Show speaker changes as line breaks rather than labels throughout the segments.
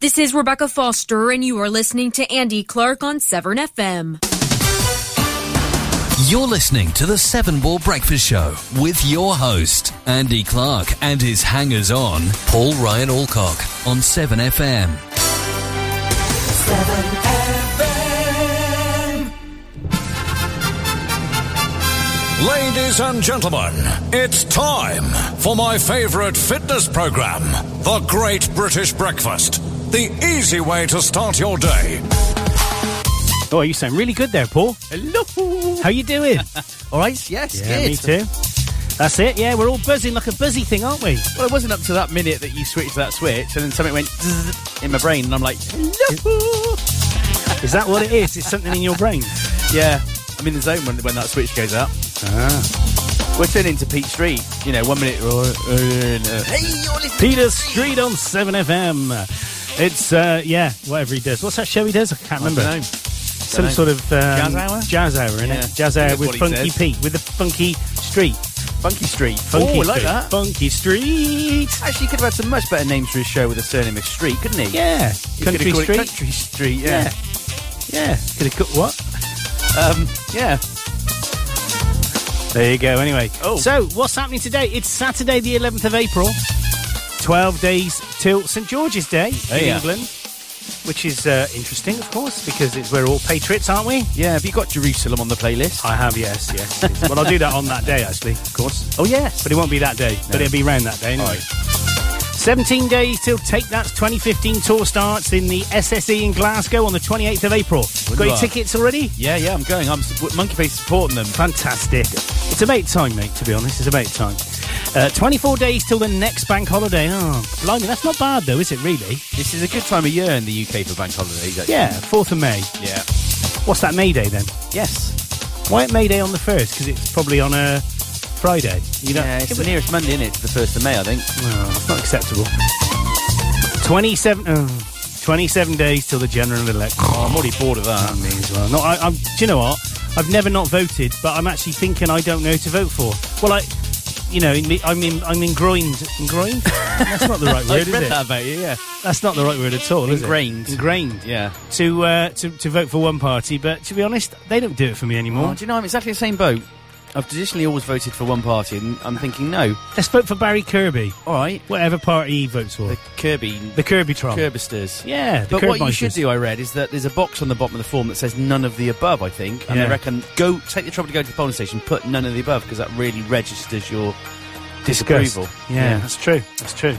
This is Rebecca Foster, and you are listening to Andy Clark on Severn FM.
You're listening to the Seven Ball Breakfast Show with your host, Andy Clark, and his hangers on, Paul Ryan Alcock on 7FM.
Ladies and gentlemen, it's time for my favorite fitness program, The Great British Breakfast. The easy way to start your day.
Oh, you sound really good there, Paul.
Hello.
How you doing?
All right. Yes.
yeah,
good.
me too. That's it. Yeah, we're all buzzing like a buzzy thing, aren't we?
Well, it wasn't up to that minute that you switched that switch, and then something went zzz in my brain, and I'm like, hello.
Is that what it is? It's something in your brain.
Yeah. I'm in the zone when, when that switch goes up.
Ah.
We're turning to Pete Street. You know, one minute. "Oh, Hey, you're listening.
Peter Street on 7FM. It's, uh, yeah, whatever he does. What's that show he does? I can't remember. Some
Dunno.
sort of um,
Jazz hour?
Jazz hour, innit?
Yeah.
Jazz hour
That's
with
what he
Funky
says.
Pete, with the Funky Street.
Funky Street.
Funky
oh, I
Street.
like that.
Funky Street.
Actually, he could have had some much better names for his show with the surname of Street, couldn't he?
Yeah.
He could have
Country
called it
Street.
Country Street.
Yeah.
Yeah.
Yeah. Could have cut what?
Um, yeah.
There you go, anyway.
Oh.
So, what's happening today? It's Saturday, the 11th of April. 12 days till St George's Day
Oh,
in
yeah.
England, which is uh, interesting, of course, because it's, we're all patriots, aren't we?
Yeah. Have you got Jerusalem on the playlist?
I have, yes, yes. yes. well, I'll do that on that day, actually, of course.
Oh, yes.
But it won't be that day, but
No.
it'll be round that day anyway.
Right.
17 days till Take That's 2015 tour starts in the SSE in Glasgow on the 28th of April. Got your
Wunderbar.
tickets already?
Yeah, yeah, I'm going. I'm s- Monkey Face is supporting them.
Fantastic. It's about time, mate, to be honest. It's about time. Uh, 24 days till the next bank holiday. Oh, blimey, that's not bad, though, is it, really?
This is a good time of year in the UK for bank holidays. Actually.
Yeah, 4th of May.
Yeah.
What's that May Day, then?
Yes.
Why at May Day on the 1st? Because it's probably on a Friday. You know,
yeah, it's the nearest Monday, innit? it? the 1st of May, I think.
Oh, it's not acceptable. 27, oh, 27 days till the general election.
Oh, I'm already bored of that.
Me as well. No, I, I'm, do you know what? I've never not voted, but I'm actually thinking I don't know who to vote for. Well, I, you know, in, I'm in, I'm ingrained. Ingrained? That's not the right word,
I've
is
read
it?
that about you, yeah.
That's not the right word at all, is
Ingrained.
it? Ingrained.
Yeah.
To, uh, to to vote for one party, but to be honest, they don't do it for me anymore.
Oh, do you know, I'm exactly the same boat. I've traditionally always voted for one party, and I'm thinking, no.
Let's vote for Barry Kirby,
All right.
whatever party he votes
The
for. The,
Kirby.
Kirby Tron.
Kirbisters.
Yeah, the
But what you
Kirbysters.
should do, I read, is that there's a box on the bottom of the form that says none of the above, I think. And
Yeah.
they reckon go take the trouble to go to the polling station, put none of the above, because that really registers your
Disgust.
disapproval.
Yeah, that's true. That's true.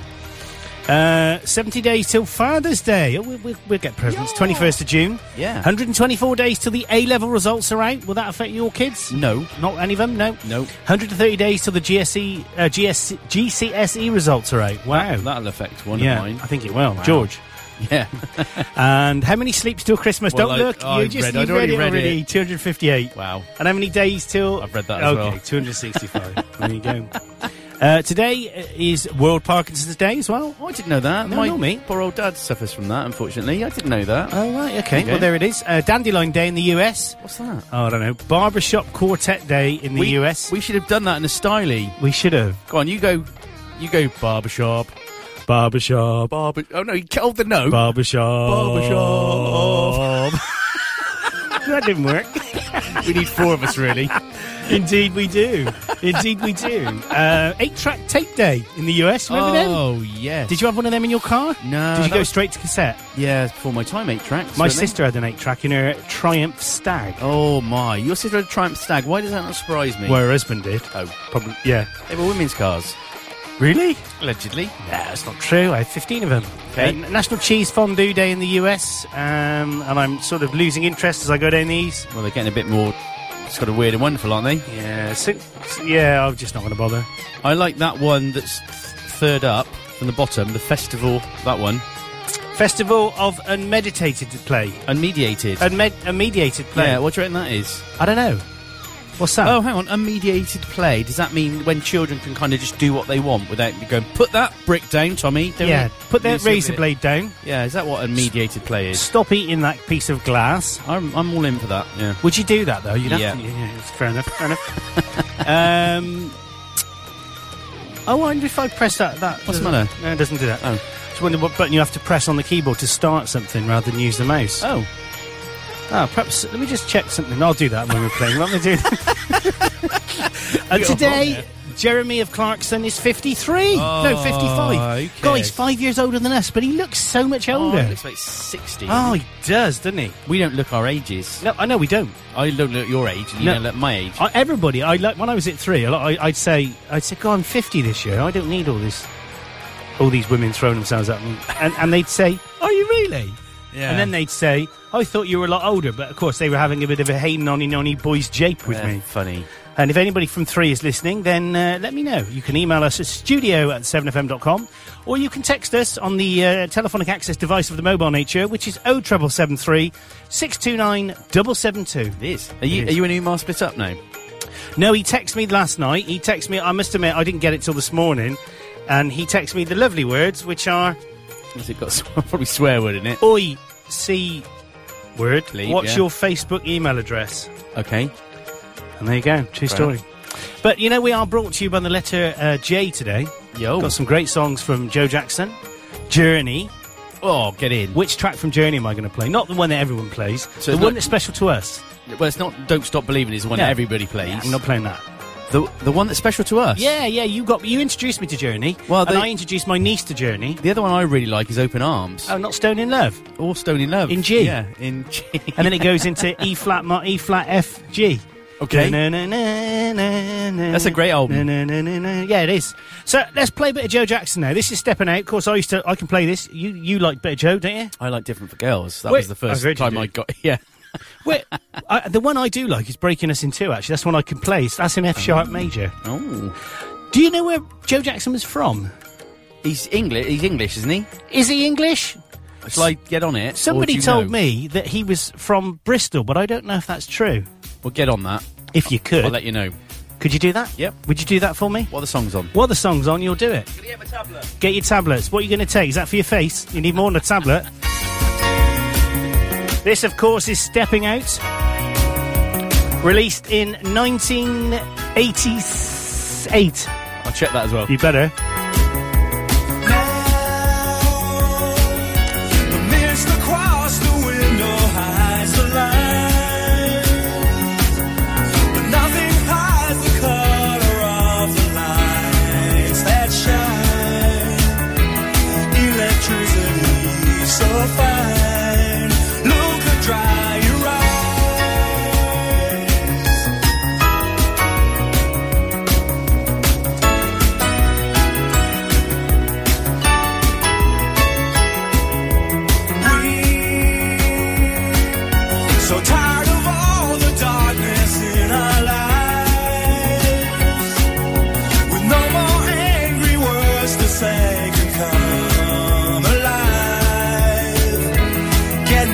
Uh, 70 days till Father's Day. Oh, we'll, we'll, we'll get presents. 21st of June.
Yeah.
124 days till the A level results are out. Will that affect your kids?
No.
Not any of them? No.
No.
130 days till the GSE, uh, GSC, GCSE E results are out. Wow.
That'll affect one
yeah,
of mine.
I think it will. George.
Yeah.
And how many sleeps till Christmas?
Well,
Don't
I-
look. you
I've
just
read-
you
I'd already
it
read it.
already. 258.
wow.
And how many days till?
I've read that as
okay,
well.
265. there you go. Uh, today uh, is World Parkinson's Day as well.
Oh, I didn't know that.
No,
My
not me.
poor old dad suffers from that, unfortunately. I didn't know that.
Oh, right, okay.
Okay.
Well, there it is. Uh, Dandelion Day in the US.
What's that?
Oh, I don't know. Barbershop Quartet Day in the
we,
US.
We should have done that in a styly.
we should have.
Go on, you go. You go barbershop.
Barbershop.
Barber. Oh, no, you killed the note.
Barbershop.
Barbershop.
that didn't work.
we need four of us, really.
Indeed, we do. Indeed, we do. Uh, Eight track tape day in the US. Remember them?
oh, yes.
Did you have one of them in your car?
No,
Did you
that
go
was-
straight to cassette?
Yeah, it's before my time, eight tracks.
My
weren't they?
sister had an eight track in her Triumph Stag.
Oh, my. Your sister had a Triumph Stag. Why does that not surprise me?
Well, her husband did.
Oh,
Probably, yeah.
they were women's cars,
Really?
allegedly.
Yeah, that's not true. I have 15 of them.
Okay.
Uh, N- National Cheese Fondue Day in the US, um, and I'm sort of losing interest as I go down these.
Well, they're getting a bit more sort of weird and wonderful, aren't they?
Yeah, so, so- yeah, I'm just not going to bother.
I like that one that's third up from the bottom, the festival, that one,
Festival of Unmeditated Play.
unmediated.
Unmed- unmediated play.
yeah, what do you reckon that is?
I don't know. What's that?
Oh, hang on, unmediated play. Does that mean when children can kind of just do what they want without going, put that brick down, Tommy? Don't
yeah.
it?
Put that
Loosely
razor
bit."
blade down.
Yeah, is that what unmediated play is?
Stop eating that piece of glass.
I'm, I'm all in for that, yeah.
Would you do that though? You'd have
Yeah.
to. Yeah, yeah, it's fair enough. Fair enough. um, I wonder if I press that. that
What's the
doesn't-
matter?
No, it doesn't do that.
Oh.
Just wondering what button you have to press on the keyboard to start something rather than use the mouse.
Oh.
Ah, perhaps let me just check something. I'll do that when we're playing. What am I doing? and today, Jeremy of Clarkson is 53. no, 55.
Oh, okay.
God, he's five years older than us, but he looks so much
Oh, it
older.
looks like 60.
Oh, he does, doesn't he?
We don't look our ages.
No, I know we don't.
I don't look your age, and you
No.
don't look my age.
I, everybody, I like when I was at three, a lot, I, I'd say, I'd say, "God, I'm 50 this year. I don't need all this, all these women throwing themselves at me." And, and they'd say, "Are you really?"
Yeah.
And then they'd say, "I thought you were a lot older," but of course they were having a bit of a hey nonny nonny boys jape with
Yeah,
me.
Funny.
And if anybody from three is listening, then uh, let me know. You can email us at studio at 7fm.com or you can text us on the uh, telephonic access device of the mobile nature, which is 07773 629 772.
It is. Are you,
It
are
is.
you and Umar split up now?
No, he texted me last night. He texted me. I must admit, I didn't get it till this morning, and he texted me the lovely words, which are
Has it got s- probably swear word in it?
"Oi, c word.
Bleep,
What's
yeah.
your Facebook email address?"
Okay.
And there you go. True story. But you know, we are brought to you by the letter uh, J today.
Yo.
Got some great songs from Joe Jackson, Journey.
Oh, get in.
Which track from Journey am I going to play? Not the one that everyone plays.
So it's
the one
not-
that's special to us.
Well, it's not. Don't stop believing is the one
No.
that everybody plays.
I'm not playing that.
the the one that's special to us.
Yeah, yeah. You got you introduced me to Journey.
Well,
and
they-
I introduced my niece to Journey.
The other one I really like is Open Arms
Oh, not Stone in Love.
or Stone in Love
In G.
Yeah, in G.
and then it goes into E flat mar- E flat F G.
Okay.
That's
That's a great album.
Yeah, it is. So let's play a bit of Joe Jackson now. This is stepping out. Of course, I used to. I can play this. You you like bit of Joe, don't you?
I like different for girls. That
Wait,
was the first
I heard you
time
did.
I got. Yeah.
Well, I, the one I do like is Breaking Us in Two. Actually, that's one I can play. So that's in F sharp major.
Oh,
Do you know where Joe Jackson was from?
he's English. He's English, isn't he?
Is he English?
Shall I get on it? or do
Somebody
you
told
know?
me that he was from Bristol, but I don't know if that's true.
Well, get on that.
If you
I'll
could,
let you know.
could you do that?
Yep.
Would you do that for me?
What are the songs on?
While the song's on, you'll do it. Get your tablets. What are you going to take? Is that for your face? You need more than a tablet. this, of course, is Stepping Out. Released in 1988.
I'll check that as well.
You better.
The mist across the window hides the light, but nothing hides the color of the lights that shine. Electricity so fine, look her dry your eyes. So tired of all the darkness in our lives. With no more angry words to say can come alive.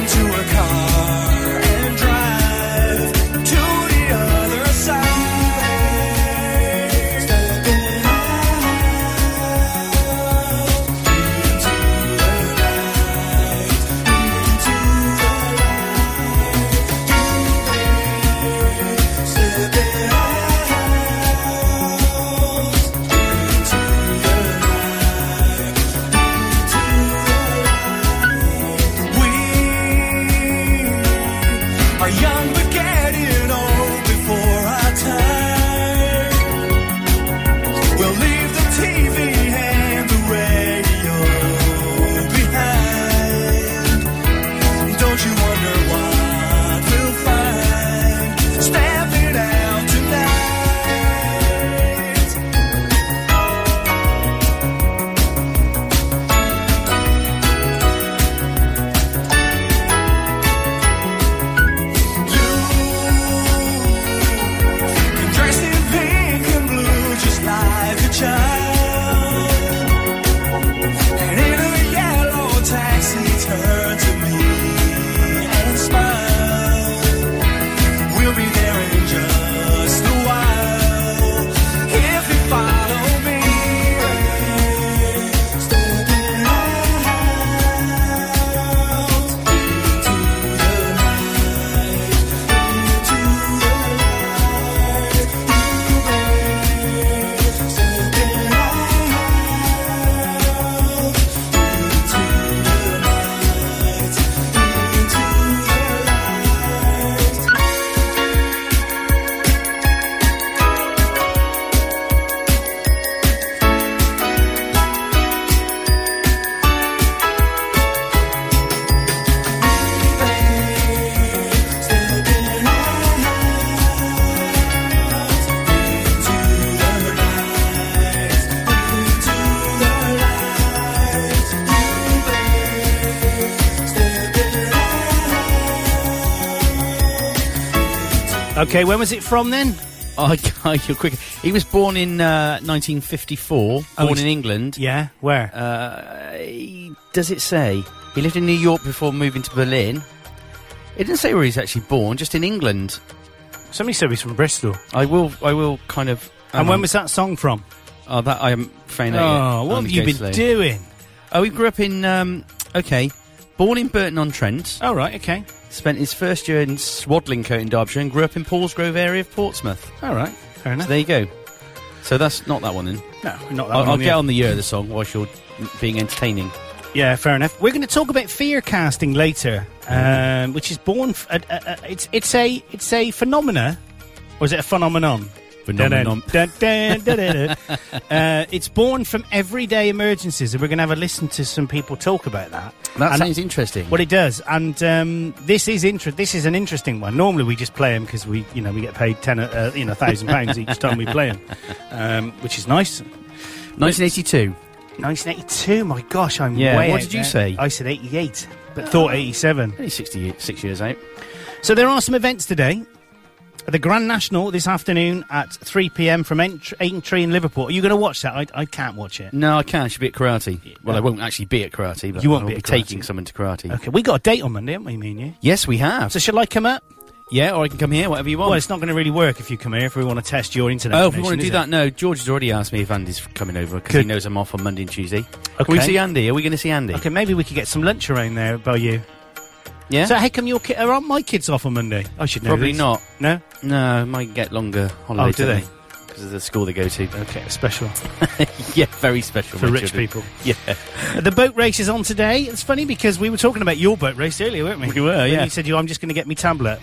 Okay, when was it from then?
Oh, God, you're quick. He was born in uh, 1954,
Oh,
born
he's-
in England.
Yeah, where?
Uh, he- does it say? He lived in New York before moving to Berlin. It didn't say where he's actually born, just in England.
Somebody said he's from Bristol.
I will, I will kind of.
And when
um,
was that song from?
Oh, that I uh, am afraid.
Oh, what have you been doing?
Oh, he grew up in. Um, okay, born in Burton on Trent.
All right, okay.
Spent his first year in Swadlingcote in Derbyshire and grew up in Paulsgrove area of Portsmouth.
All right, fair enough.
So there you go. So that's not that one then.
no, not that
I'll,
one
I'll
the-
get on the year of the song whilst you're being entertaining.
Yeah, fair enough. We're going to talk about fear casting later,
Mm-hmm.
um, which is born. F- uh, uh, uh, it's it's a it's a phenomena, or is it a phenomenon?
Phenomenon.
Dun, dun, dun, dun, dun, dun. uh, it's born from everyday emergencies, and we're going to have a listen to some people talk about that.
That
And-
sounds interesting.
Well, it does, and um, this is inter- This is an interesting one. Normally, we just play them because we, you know, we get paid ten, uh, you know, thousand pounds each time we play them, um, which is nice.
1982.
1982. My gosh, I'm
Yeah,
way
what
out
did you
there.
say? Ah.
I said 88, but thought 87.
Only 66 years out.
So there are some events today. The Grand National this afternoon at 3 p.m. from Ent- Aintree in Liverpool. Are you going to watch that? I, I can't watch it.
No, I can't. I should be at karate. Well, I won't actually be at karate, but
You won't
I'll
be
be,
at karate.
taking someone to karate.
Okay, we got a date on Monday, haven't we, me and you?
Yes, we have.
So shall I come up?
yeah, or I can come here, whatever you want.
Well, it's not going to really work if you come here if we want to test your internet.
Oh, if we
connection,
want to
is
do
it?
that, no. George has already asked me if Andy's coming over because he
Good.
knows I'm off on Monday and Tuesday.
Okay.
Can we see Andy? Are we going to see Andy?
Okay, maybe we could get some lunch around there by you.
Yeah.
So, how come your ki- are my kids off on Monday? I should know.
Probably
this.
not.
No. Oh,
No, might get longer holidays.
do they?
Because of the school they go to.
Okay, special.
yeah, very special
For
my
rich
children.
people.
Yeah.
The boat race is on today. It's funny because we were talking about your boat race earlier, weren't we?
We were,
When
yeah.
You said, "You, I'm just going to get me tablet."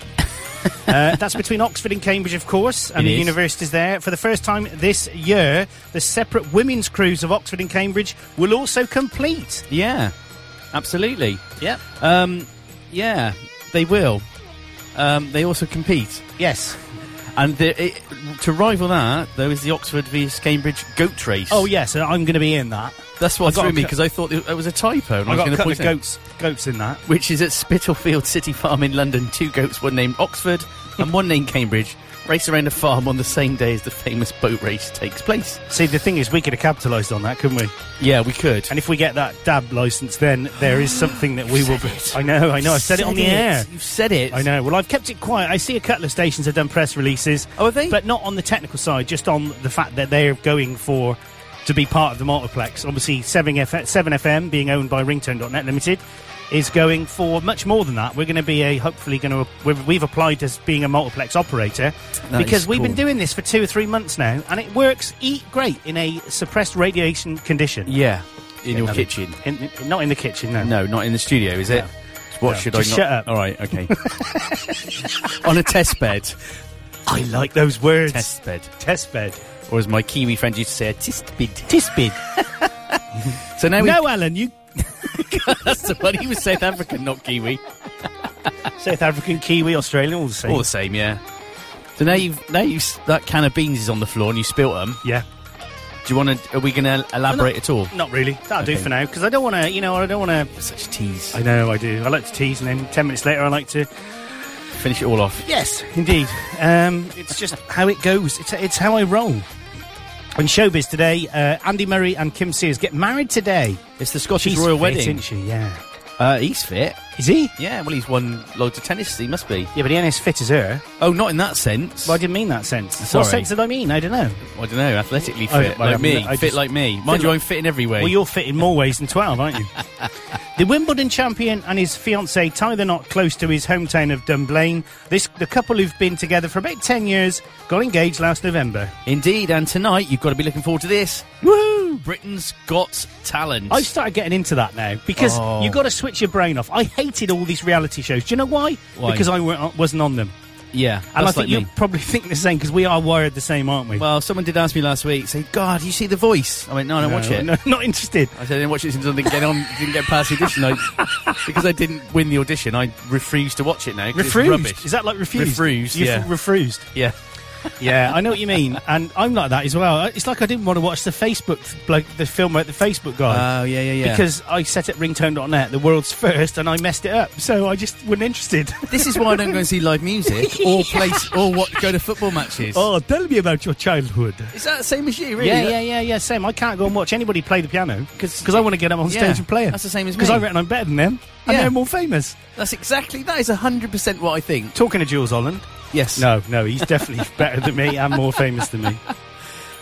uh, that's between Oxford and Cambridge, of course, and
It
the
is.
universities there. For the first time this year, the separate women's crews of Oxford and Cambridge will also complete.
Yeah. Absolutely.
Yep.
Um, yeah, they will. Um, they also compete.
Yes.
And the, it, to rival that, there was the Oxford vs Cambridge goat race.
Oh, yes. and I'm going to be in that.
That's what
I got
threw
a
me
cut-
because I thought it was a typo. And I, was
I got
going
a
to
couple
point
of
it-
goats, goats in that.
which is at Spitalfield City Farm in London. Two goats, one named Oxford and one named Cambridge, race around a farm on the same day as the famous boat race takes place.
See, the thing is, we could have capitalised on that, couldn't we?
Yeah, we could. Ah,
And if we get that dab license, then there is something that we will. Be- I know, I know. I said, it on the air.
You've said it.
I know. Well, I've kept it quiet. I see a couple of stations have done press releases.
Oh, have they?
But not on the technical side, just on the fact that they're going for to be part of the multiplex. Obviously, 7F- 7FM, being owned by Ringtone.net Limited, is going for much more than that. We're going to be a, hopefully going to, we've, we've applied as being a multiplex operator
That
because
is
we've been
cool.
doing this for two or three months now and it works eat great in a suppressed radiation condition.
Yeah, in your
No,
kitchen.
In, in- not in the kitchen, no.
No, not in the studio, is it?
No.
What
No,
should
just
I not?
shut up.
All right, okay. On a test bed,
I like those words.
test bed,
Test bed.
or as my Kiwi friend used to say, a test bed.
Test bed.
So now we
no, Alan, you
that's the one. He was South African, not Kiwi.
South African, Kiwi, Australian, all the same.
All the same, yeah. So now you've now you've s- that can of beans is on the floor and you spilt them.
yeah.
Do you want to? Are we going to elaborate at all?
Not really. That'll do
Okay.
for now because I don't want to. You know, I don't want to.
Such tease.
I know I do. I like to tease, and then ten minutes later, I like to.
Finish it all off.
Yes, indeed. Um, it's just how it goes. It's it's how I roll. In showbiz today, uh, Andy Murray and Kim Sears get married today.
It's the Scottish
She's
royal
fit,
wedding.
isn't she? Yeah.
Uh, he's fit.
Is he?
Yeah, well, he's won loads of tennis. He must be.
Yeah, but he ain't as fit as her.
Oh, not in that sense.
Well, I didn't mean that sense.
Sorry.
What sense did I mean? I don't know.
I don't know, athletically
Oh,
fit,
well, I
like me,
mean, I
fit
just-
like me. Mind
fit
you,
like-
I'm fit in every way.
Well, you're fit in more ways than 12, aren't you? the Wimbledon champion and his fiancée tie the knot close to his hometown of Dunblane. This, the couple who've been together for about 10 years got engaged last November.
Indeed, and tonight you've got to be looking forward to this. Woo! Britain's Got Talent.
I've started getting into that now because
Oh.
you've got to switch your brain off. I hated all these reality shows. Do you know why?
Why?
Because I weren't, wasn't on them.
yeah,
And
that's
I think
like
you
me.
probably think the same because we are wired the same, aren't we?
Well, someone did ask me last week, say, God, you see The Voice? I went, no, I don't
No,
watch it.
no, not interested.
I said, I didn't watch it since I didn't get, on, didn't get past the audition. I, because I didn't win the audition, I refuse to watch it now. 'cause it's
Refused.
rubbish.
Is that like refused?
Refused,
You
yeah.
refused.
yeah.
yeah, I know what you mean, and I'm like that as well. It's like I didn't want to watch the Facebook, like the film about the Facebook guy.
Oh, yeah, yeah, yeah.
Because I set up ringtone.net, the world's first, and I messed it up, so I just wasn't interested.
This is why I don't go and see live music or place or what go to football matches.
oh, tell me about your childhood.
Is that the same as you, really?
Yeah, yeah, yeah, yeah. Same. I can't go and watch anybody play the piano because I want to get up on
Yeah,
stage and play it.
that's the same as
Because
me.
I reckon I'm better than them, and
Yeah.
they're more famous.
That's exactly, that is 100% what I think.
Talking to Jules Holland.
Yes.
No, no, he's definitely better than me and more famous than me.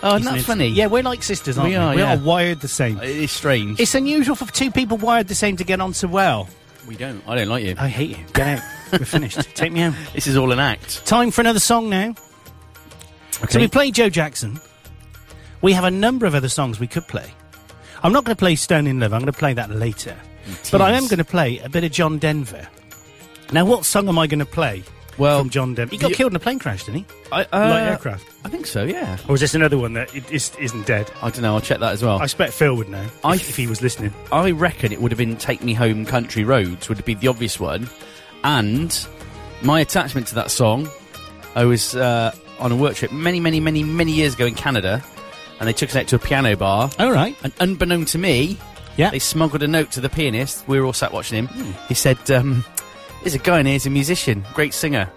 Oh,
Isn't
that's
it?
funny.
Yeah, we're like sisters, aren't we?
We are,
we
yeah.
are wired the same.
It is strange.
It's unusual for two people wired the same to get on so well.
we don't. I don't like you.
I hate you. Get out. We're finished. Take me home.
This is all an act.
Time for another song now. So we play Joe Jackson. We have a number of other songs we could play. I'm not going to play Stone in Love. I'm going to play that later. But I am going to play a bit of John Denver. Now, what song am I going to play
Well,
from John Denver? He got
you-
killed in a plane crash, didn't he?
I, uh,
Light aircraft.
I think so, yeah.
Or is this another one that i- is, isn't dead?
I don't know. I'll check that as well.
I expect Phil would know
I-
if, if he was listening.
I reckon it would have been Take Me Home Country Roads would be the obvious one. And my attachment to that song, I was uh, on a work trip many, many, many, many years ago in Canada, and they took us out to a piano bar.
All right.
And unbeknown to me,
Yeah. Hmm.
they smuggled a note to the pianist. We were all sat watching him. He said, um, There's a guy in here, he's a musician, great singer.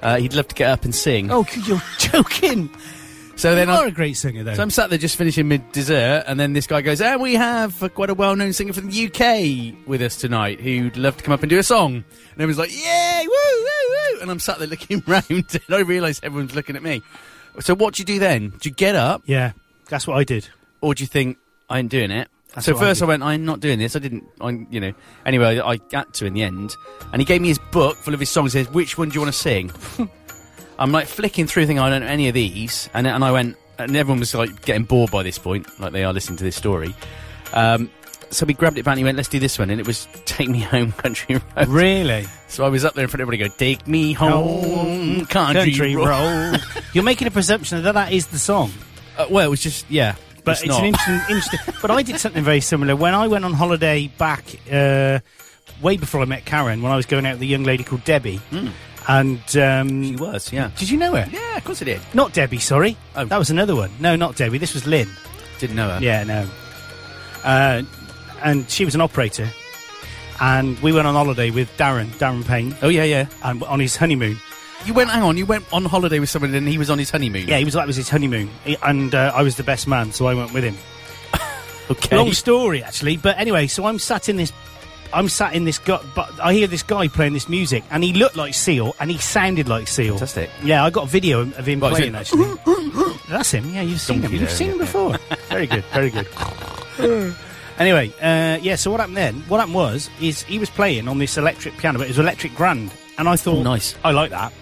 Uh, he'd love to get up and sing.
Oh, you're joking.
mm. so
They
then
are
I,
a great singer, though.
so I'm sat there just finishing mid dessert, and then this guy goes, "And we have uh, quite a well-known singer from the UK with us tonight who'd love to come up and do a song." And everyone's like, "Yay, woo, woo, woo!" And I'm sat there looking round, and I realise everyone's looking at me. So what do you do then? Do you get up,
yeah, that's what I did.
or do you think I ain't doing it?
That's
so
what I
first I,
did.
went, I'm not doing this. I didn't, I, you know. Anyway, I got to in the end, and he gave me his book full of his songs. He says, "Which one do you want to sing?" I'm like flicking through, thinking I don't know any of these, and and I went, and everyone was like getting bored by this point, like they are listening to this story. Um, so we grabbed it back and he went, "Let's do this one," and it was "Take Me Home, Country Road."
Really?
So I was up there in front of everybody, go, "Take me home, country,
Country
road."
roll. You're making a presumption that that is the song.
Uh, well, it was just yeah,
But it's, an
not.
interesting, interesting. But I did something very similar when I went on holiday back uh, way before I met Karen. When I was going out with a young lady called Debbie,
Hmm.
and um,
It was yeah,
did you know her?
yeah, of course it did.
Not Debbie, sorry.
Oh.
That was another one. No, not Debbie. This was Lynn.
Didn't know her.
Yeah, no. Uh, and she was an operator, and we went on holiday with Darren, Darren Payne,
Oh yeah, yeah.
and on his honeymoon.
You went, hang on, you went on holiday with someone and he was on his honeymoon.
Yeah, he was that was his honeymoon, He- and uh, I was the best man, so I went with him.
Okay.
Long story, actually. But anyway, so I'm sat in this. I'm sat in this gut, but I hear this guy playing this music, and he looked like Seal, and he sounded like Seal.
Fantastic.
Yeah, I got a video of him
What, is
playing
it-
actually. That's him. Yeah, you've seen
Donkey
him. You've
there,
seen him
yeah,
before. very good. Very good. anyway, uh, yeah. So what happened then? What happened was is he was playing on this electric piano, but it was electric grand, and I thought,
Oh, Nice.
I like that.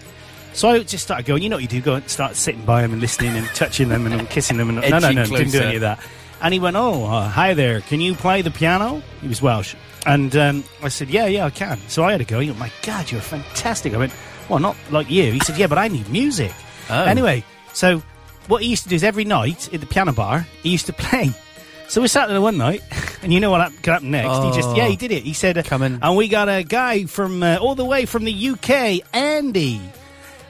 So I just started going. You know what you do? Go and start sitting by him and listening and touching them and kissing them and no, no,
Edging
no, didn't do
closer.
any of that. And he went, "Oh, uh, hi there. Can you play the piano?" He was Welsh, and um, I said, "Yeah, yeah, I can." So I had a go. He went, "My God, you're fantastic." I went, "Well, not like you." He said, "Yeah, but I need music."
Oh.
Anyway, so what he used to do is every night at the piano bar, he used to play. So we sat there one night, and you know what hap- could happen next? He just,
Oh.
yeah, he did it. He said, uh,
Come in.
and we got a guy from uh, all the way from the UK, Andy.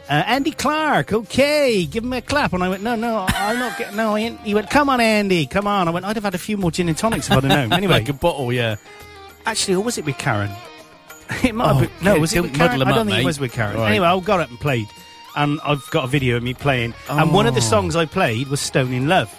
Uh, Andy Clark, okay, give him a clap. And I went, no, no, I'm not getting, no, I ain't. He went, come on, Andy, come on. I went, I'd have had a few more gin and tonics if I'd have known. Anyway,
Like a bottle, yeah.
actually, or was it with Karen? It might
Oh,
have been, no, was it
don't
with Karen?
muddle 'em
I don't
up,
think it
mate.
was with Karen.
Right.
Anyway, I got up and played, and I've got a video of me playing. And one of
Oh.
the songs I played was Stone in Love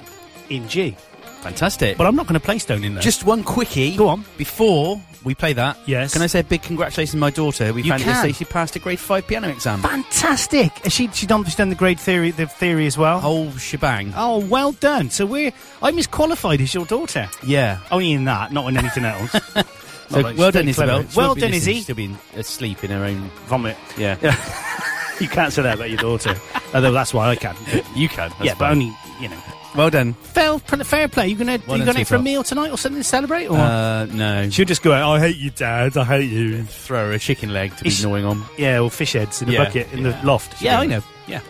in G.
Fantastic.
But I'm not going to play Stone in Love.
Just one quickie.
Go on.
Before we play that,
Yes.
can I say a big congratulations to my daughter? We
You
found out
can.
yesterday she passed a grade five piano exam.
fantastic. She she done she's done the grade theory the theory as well.
Whole shebang.
Oh, well done. So we're I'm as qualified as your daughter.
Yeah.
Only in that, not in anything else. Not
So
like
well done,
she's very
Isabel.
clever. Well done,
Izzy.
Izzy.
She's still been
uh,
asleep in her own.
Vomit.
Yeah.
You can't say that about your daughter. Although that's why I can.
you can. that's
yeah, but
fine.
only you know.
Well done.
Fair, fair play. You gonna
Well
you
done,
going out for a
sweetheart.
meal tonight or something to celebrate? Or
Uh, no.
she'll just go out. I hate you, Dad. I hate you.
Throw her a chicken leg to be
Is-
gnawing on.
Yeah, or fish heads in the
Yeah,
bucket in
yeah.
the loft.
Yeah, I know. Yeah.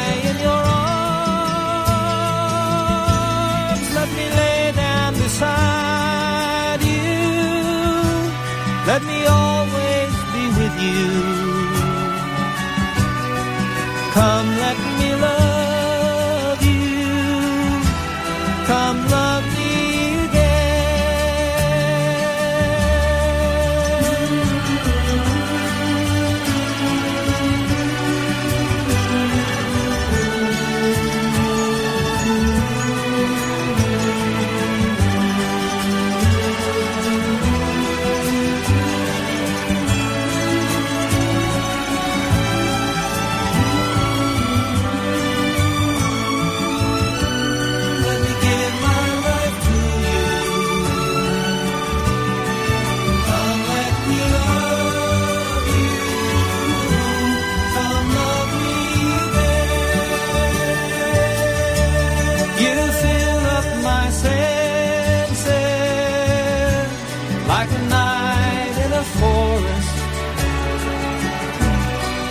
in your arms. Let me lay down beside you. Let me always be with you. Come, let me love you. Come, love me again. Let me give my life to you. Come let me love you. Come love me again. You fill up my senses like a night in a forest,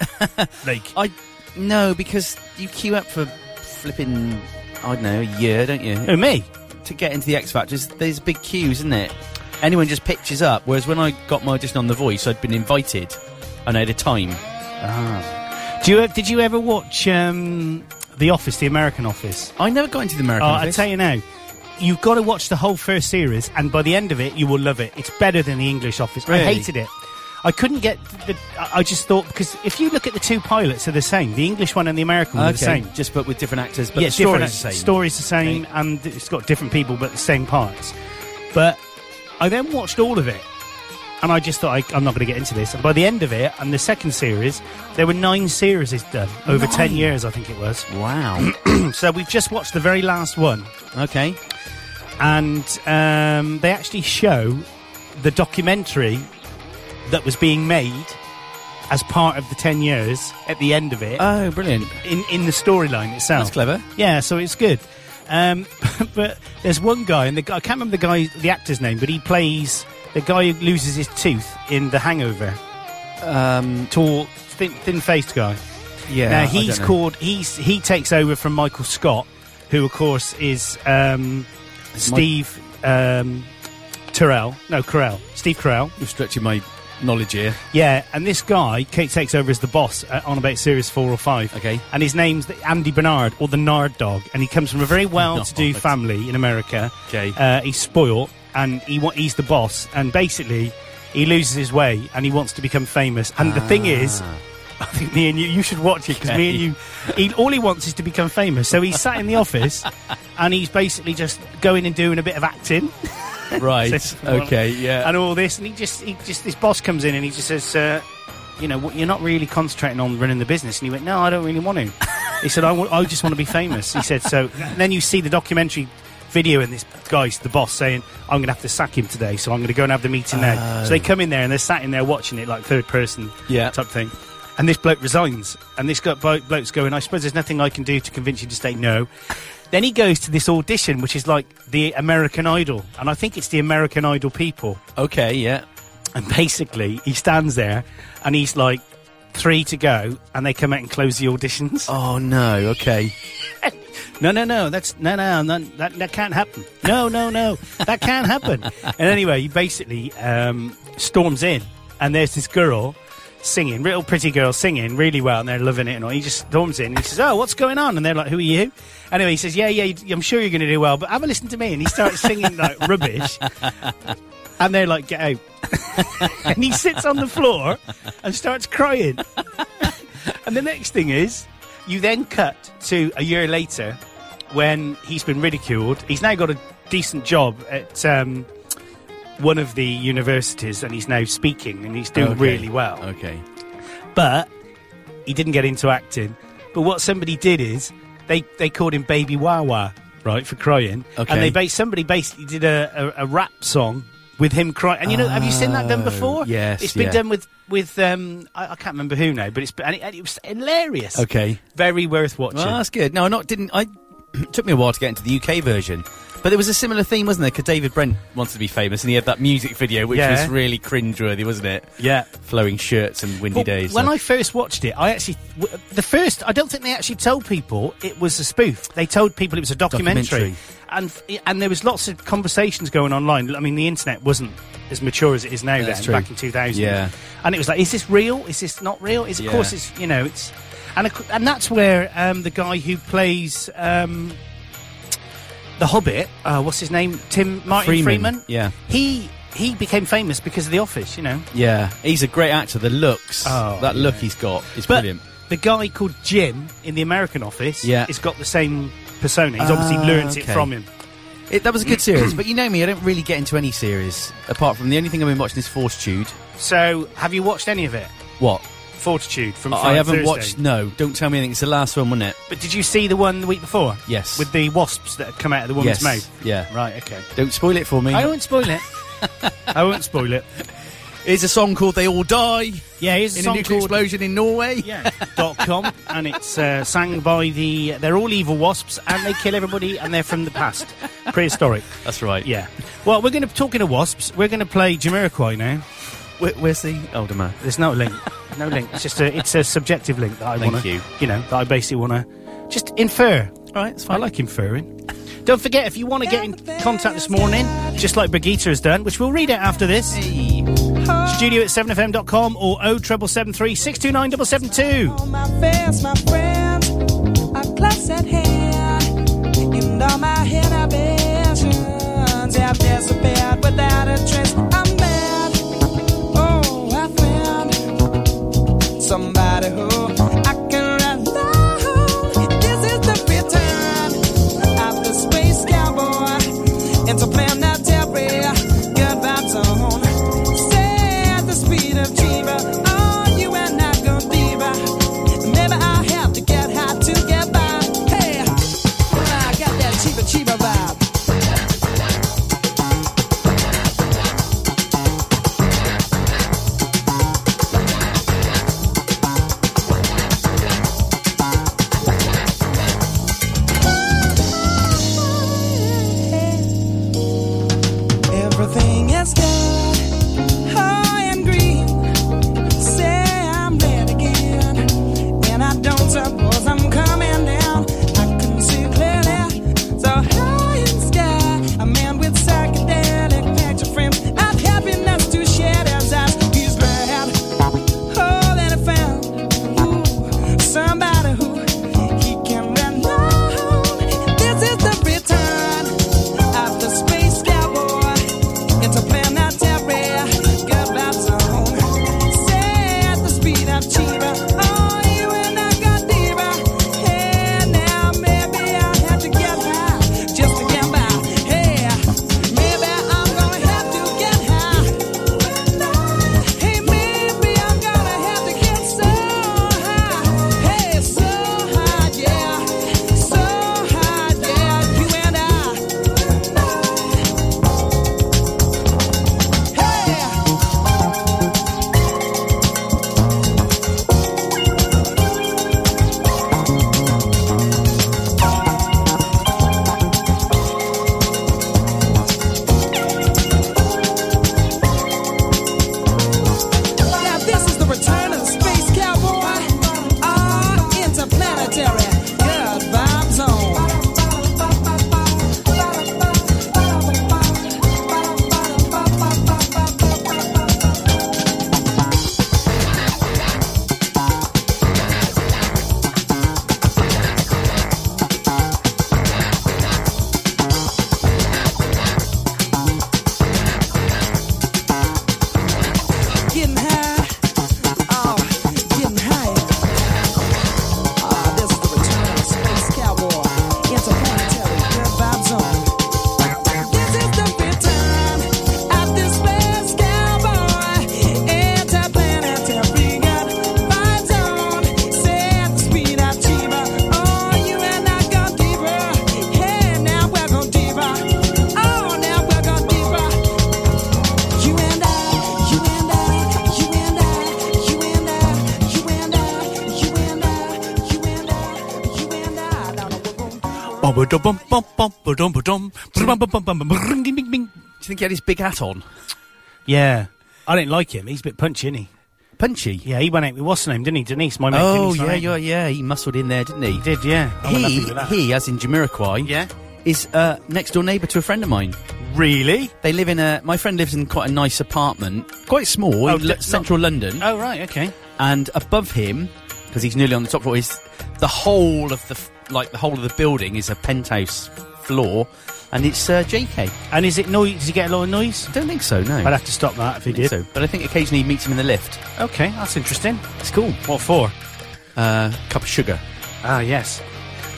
like,
I no because you queue up for flipping. I don't know a year, don't you?
who me?
to get into the X Factors, there's big queues, isn't it? Anyone just pitches up. Whereas when I got my audition on The Voice, I'd been invited and I had a time.
Ah. Do you did you ever watch um, The Office, the American Office?
I never got into the American.
Oh, I
office.
tell you now, you've got to watch the whole first series, and by the end of it, you will love it. It's better than the English Office. I
Really?
hated it. I couldn't get the. I I just thought because if you look at the two pilots, they're the same. The English one and the American one are
okay.
the same.
Just but with different actors, but
yeah,
the story's
different,
the same.
Story's the same, and it's got different people, but the same parts. But I then watched all of it, and I just thought I, I'm not going to get into this. And by the end of it, and the second series, there were nine series done over ten years, I think it was.
Wow.
So we've just watched the very last one,
okay.
and um, they actually show the documentary that was being made as part of the ten years at the end of it
Oh, brilliant.
in in the storyline itself.
That's clever.
Yeah, so it's good. Um, but there's one guy, and the guy, I can't remember the guy, the actor's name, but he plays the guy who loses his tooth in The Hangover.
Um,
Tall, thin, thin-faced guy.
Yeah, I
Now
don't
he's
know.
called. He's he takes over from Michael Scott, who of course is um, Steve um, Terrell. No, Carell. Steve Carell.
You're stretching my knowledge here.
Yeah, and this guy Kate takes over as the boss uh, on about series four or five.
Okay.
and his name's the Andy Bernard or the Nard Dog, and he comes from a very well-to-do
Nard.
family in America.
Okay.
uh, he's spoilt, and he wa- he's the boss, and basically he loses his way, and he wants to become famous. And the thing
Ah.
is. I think me and you, you should watch it because me and you, he, all he wants is to become famous. So he's sat in the office and he's basically just going and doing a bit of acting
Right.
Says-
okay. Yeah.
and all this, and he just, he just, this boss comes in and he just says, uh, you know, what, you're not really concentrating on running the business. And he went, no, I don't really want to. he said, I wa- I just want to be famous. He said, so and then you see the documentary video and this guy's the boss saying, I'm going to have to sack him today, so I'm going to go and have the meeting there. So
Oh.
they come in there and they're sat in there watching it like third person
Yeah.
type thing. And this bloke resigns, and this guy, blo- bloke's going, I suppose there's nothing I can do to convince you to say no. Then he goes to this audition, which is like the American Idol, and I think it's the American Idol people.
Okay. Yeah.
And basically, he stands there and he's like, three to go, and they come out and close the auditions.
Oh no. Okay.
No, no, no, that's no, no, no that, that can't happen. No, no, no, that can't happen. and anyway, he basically um, storms in, and there's this girl singing, real pretty girl singing really well, and they're loving it. And all. he just storms in and he says, Oh, what's going on? And they're like, Who are you? Anyway, he says, Yeah, yeah, you- I'm sure you're going to do well, but have a listen to me. And he starts singing like rubbish, and they're like, Get out. and he sits on the floor and starts crying. And the next thing is, you then cut to a year later when he's been ridiculed. He's now got a decent job at um, one of the universities and he's now speaking and he's doing
Okay.
really well.
Okay.
But he didn't get into acting. But what somebody did is they, they called him Baby Wawa, right, for crying.
Okay.
And they ba- somebody basically did a, a, a rap song. With him crying, and you know, have you seen that done
Oh,
before?
yes,
it's been
yeah.
done with with um, I, I can't remember who now, but it's and it, and it was hilarious.
Okay.
Very worth watching.
Well, that's good. No, not didn't. I it took me a while to get into the UK version, but there was a similar theme, wasn't there? Because David Brent wanted to be famous, and he had that music video, which
Yeah.
was really cringeworthy, wasn't it?
yeah.
Flowing shirts and windy
Well,
days.
when I first watched it, I actually w- the first. I don't think they actually told people it was a spoof. They told people it was a documentary,
Documentary.
and f- and there was lots of conversations going online. I mean, the internet wasn't as mature as it is now.
That's
then
true.
back in two thousand,
Yeah.
and it was like, is this real? Is this not real? Is
Yeah.
of course it's you know it's and of cou- and that's where um, the guy who plays. Um, the Hobbit, uh, what's his name? Tim Martin
Freeman,
Freeman.
yeah.
he he became famous because of The Office. You know,
yeah, he's a great actor. The looks,
Oh,
that
yeah.
look he's got is
But
brilliant.
the guy called Jim in the American office
Yeah.
has got the same persona. He's
Ah,
obviously learnt it
okay.
from him.
It, that was a good series, but you know me, I don't really get into any series apart from the only thing I've been watching is Fortitude.
So, have you watched any of it?
What?
Fortitude from
I
Friday,
haven't
Thursday.
watched. No, don't tell me anything. It's the last one, wasn't it?
But did you see the one the week before?
Yes.
With the wasps that had come out of the
yes.
woman's mouth?
Yeah.
Right, okay.
Don't spoil it for me.
I won't spoil it. I won't spoil it.
Here's a song called "They All Die"
Yeah, here's a
in a
song
nuclear
called
explosion in Norway.
yeah, dot com, and it's uh, sang by the. They're all evil wasps, and they kill everybody, and they're from the past, prehistoric.
That's right.
Yeah. Well, we're going to talking to wasps. We're going to play Jamiroquai now.
Where, where's the older man?
There's no link. No link. It's just a it's a subjective link that I
Thank
want to
you.
you know that I basically want to just infer.
All right, it's
I like inferring. Don't forget if you want to get in contact this morning, just like Brigitte has done, which we'll read it after this. Studio at 7fm.com or 07773 629 772.
all my friends, my friends are close at hand, and all my inhibitions have disappeared without a trace. I'm mad. Oh, I found somebody who I can rely on. This is the return of the space cowboy interplanetary. Good vibes on. Stay at the speed of Jeeva. Oh, you and I go diva. Maybe I have to get high to get by. Hey, I got that Jeeva Jeeva vibe. oh, Ah, getting high. Oh, getting high. Ah, this is the return of Space Cowboy. Interplanetary, good vibes on. This is the return of the Space Cowboy. Interplanetary, good vibes on. Set the speed up, Chiba. Oh, you and I go deeper. Hey, now we're going deeper. Oh, now we're going deeper. You and I, you and I, you and I, you and I, you and I, you and I, you and I, you and I. Now we're gonna
Do you think he had his big hat on?
Yeah. I don't like him. He's a bit punchy, isn't he?
Punchy.
Yeah, he went out with what's her name, didn't he? Denise, my mate.
Oh,
Denise
yeah,
Lorraine.
yeah, yeah. He muscled in there, didn't he?
He did, yeah. I went
He,
nothing with that.
he, as in Jamiroquai,
Yeah.
is uh, next door neighbour to a friend of mine.
Really?
They live in a. My friend lives in quite a nice apartment, quite small,
Oh,
in Lo-
d-
central London.
Oh, right, okay.
and above him, because he's nearly on the top floor, is the whole of the f- like the whole of the building is a penthouse floor, and it's uh, J.K.
And is it noise? Does he get a lot of noise?
I don't think so. No,
I'd have to stop that if he
think
did.
so. But I think occasionally he meets him in the lift.
Okay, that's interesting. It's cool. What for?
Uh, cup of sugar.
Ah, yes.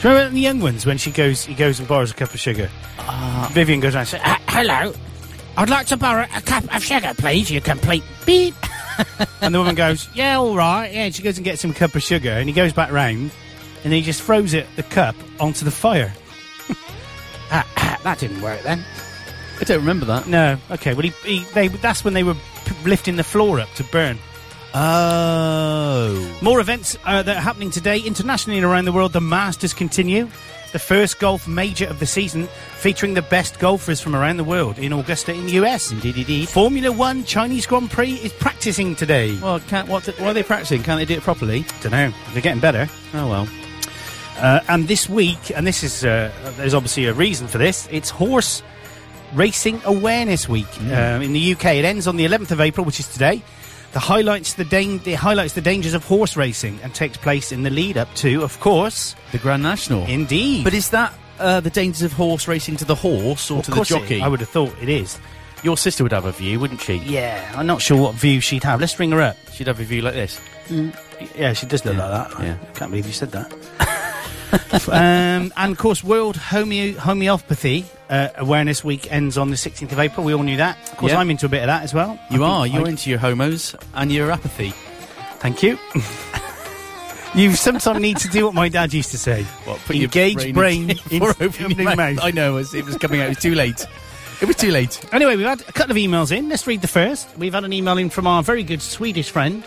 Do you remember in the young ones when she goes, he goes and borrows a cup of sugar? Vivian goes around and says, "Ah, hello, I'd like to borrow a cup of sugar, please, you complete beep. and the woman goes, yeah, all right. Yeah, she goes and gets him a cup of sugar and he goes back round and he just throws it, the cup, onto the fire. Ah, ah, that didn't work then.
I don't remember that.
No, okay. Well, he, he, they, that's when they were p- lifting the floor up to burn.
Oh,
More events uh, that are happening today internationally and around the world. The Masters continue, the first golf major of the season, featuring the best golfers from around the world in Augusta in the US.
indeed, indeed.
Formula One Chinese Grand Prix is practicing today.
Well, can't, what, why are they practicing? Can't they do it properly?
don't know. They're getting better.
Oh well.
Uh, and this week, and this is uh, there's obviously a reason for this. It's horse racing awareness week um, in the UK. It ends on the 11th of April, which is today. The highlights the dan- it highlights the dangers of horse racing and takes place in the lead up to, of course,
The Grand National.
indeed.
but is that uh, the dangers of horse racing to the horse or
Of
to the
course it-
jockey?
I would have thought it is.
Your sister would have a view, wouldn't she?
Yeah, I'm not sure what view she'd have. Let's ring her up.
She'd have a view like this.
Mm. Yeah, she does look
Yeah,
like that.
yeah.
I can't believe you said that. um, and of course, World Homeo- Homeopathy uh, Awareness Week ends on the 16th of April. We all knew that. Of course,
Yeah.
I'm into a bit of that as well.
You
I
are.
think
You're
I-
into your homos and your apathy.
Thank you. you sometimes need to do what my dad used to say.
What,
Engage brain,
in,
into opening mouth.
I know. It was, it was coming out. It was too late. It was too late.
Anyway, we've had a couple of emails in. Let's read the first. We've had an email in from our very good Swedish friend,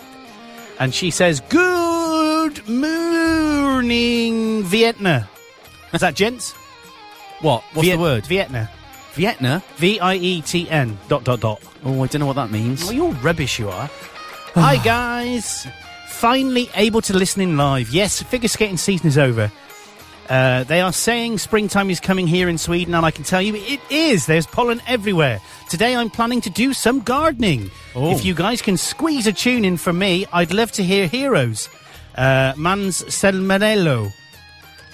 and she says, Good morning, Vietnam. Is that gents?
What? What's
Viet-
the word?
Vietnam.
Vietnam.
V I E T N dot dot dot.
Oh, I don't know what that means.
Well, you're rubbish, you are. Hi, guys. Finally able to listen in live. Yes, figure skating season is over. Uh, they are saying springtime is coming here in Sweden, and I can tell you it is. There's pollen everywhere. Today I'm planning to do some gardening.
Oh.
If you guys can squeeze a tune in for me, I'd love to hear Heroes. Uh, Mans Selmerello.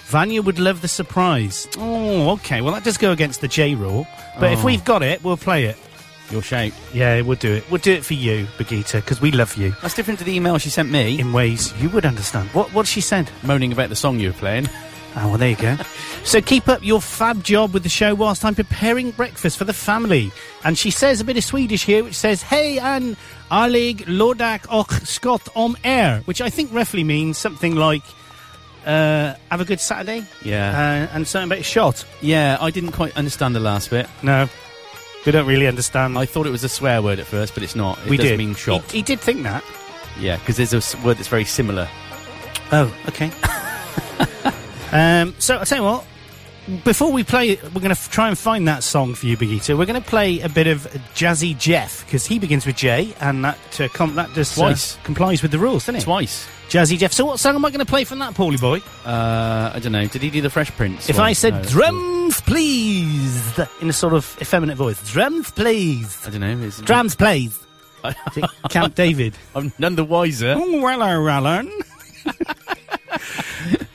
Vanya would love the surprise. Oh, okay. Well, that does go against the J rule. But
Oh.
if we've got it, we'll play it.
Your shape.
Yeah, we'll do it. We'll do it for you, Brigitte, because we love you
That's different to the email she sent me,
in ways you would understand. What what she said?
moaning about the song you were playing.
Oh, well, there you go. so keep up your fab job with the show whilst I'm preparing breakfast for the family. And she says a bit of Swedish here, which says, Hey, an alig lodak och skott om air, which I think roughly means something like, uh, have a good Saturday.
Yeah.
Uh, and something about a shot.
yeah. I didn't quite understand the last bit.
No, we don't really understand.
I thought it was a swear word at first, but it's not. It
we
does
did.
mean shot.
He, he did think that.
yeah, because there's a s- word that's very similar.
Oh, okay. um, so I'll tell you what. Before we play, we're going to f- try and find that song for you, Bigita. We're going to play a bit of Jazzy Jeff because he begins with J, and that uh, com- that just uh,
Twice.
complies with the rules, doesn't it?
Twice.
Jazzy Jeff. So what song am I going to play from that, Paulie boy?
Uh, I don't know. Did he do the Fresh Prince?
if
one?
I said
No, that's good.
drums, please, in a sort of effeminate voice, drums, please,
I don't know. It's-
drums, please. Camp David.
I'm none the wiser.
Oh, hello, Alan.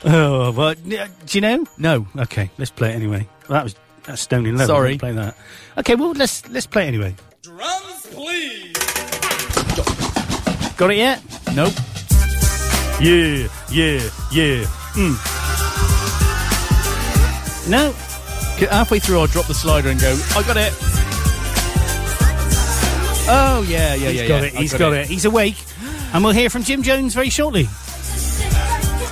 oh, well, yeah, do you know?
No.
Okay, let's play it anyway. Well, that was that's Stony Level.
Sorry.
We'll play that. Okay, well let's let's play it anyway.
Drums, please.
Got it yet?
Nope.
Yeah, yeah, yeah. Mm. No.
Get Halfway through, I'll drop the slider and go, I got it. Oh, yeah, yeah,
He's
yeah.
got
yeah.
it.
I
He's got it. He's awake, and we'll hear from Jim Jones very shortly.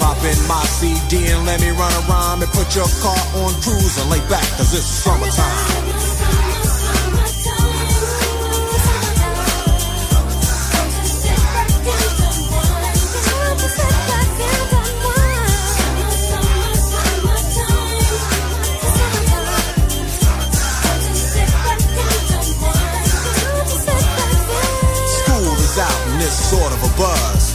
Pop in my CD and let me run a rhyme and put your car on cruise and lay back, cause it's summertime. School is out and it's sort of a buzz.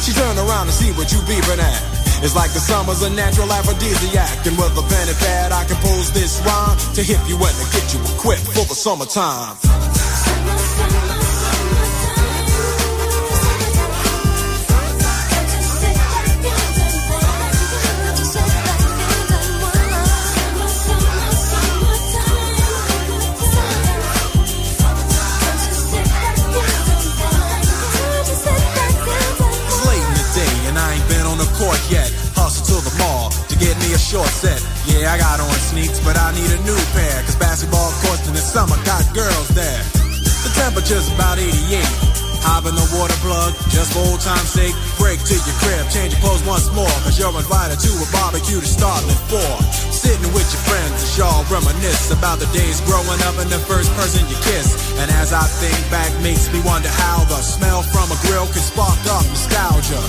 She turn around to see what you beeping at. It's like the summer's a natural aphrodisiac. And with a pen and pad, I compose this rhyme to hit you and to get you equipped for the summertime. It's late in the day and I ain't been on the court yet. Hustle to the mall to get me a short set. Yeah, I got on sneaks, but I need a new pair. Cause basketball courts in the summer got girls there. The temperature's about 88. Hop in the water plug, just for old time's sake. Break to your crib, change your clothes once more. Cause you're invited to a barbecue to start at four. Sitting with your friends as y'all reminisce about the days growing up and the first person you kiss. And as I think back, makes me wonder how the smell from a grill can spark up nostalgia.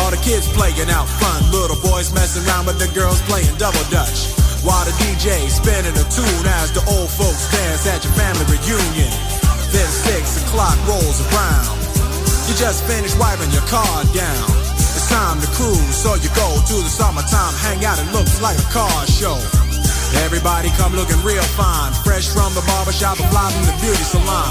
All the kids playing out fun, little boys messing around with the girls playing double dutch. While the DJ spinning a tune as the old folks dance at your family reunion. Then six o'clock rolls around. You just finished wiping your car down. It's time to cruise, so you go to the summertime hangout. It looks like a car show. Everybody come looking real fine, fresh from the barbershop, and live from the beauty salon.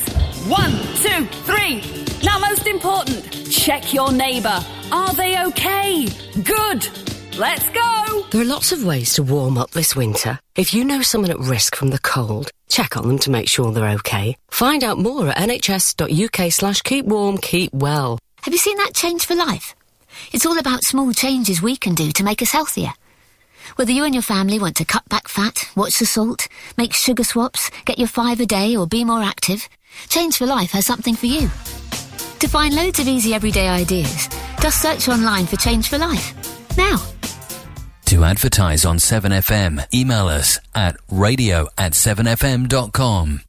One, two, three. Now, most important, check your neighbour. Are they okay? Good. Let's go.
There are lots of ways to warm up this winter. If you know someone at risk from the cold, check on them to make sure they're okay. Find out more at nhs.uk slash keep warm, keep well.
Have you seen that Change for Life? It's all about small changes we can do to make us healthier. Whether you and your family want to cut back fat, watch the salt, make sugar swaps, get your five a day, or be more active, Change for Life has something for you. To find loads of easy everyday ideas, just search online for Change for Life. Now!
to advertise on 7FM, email us at radio at 7FM.com.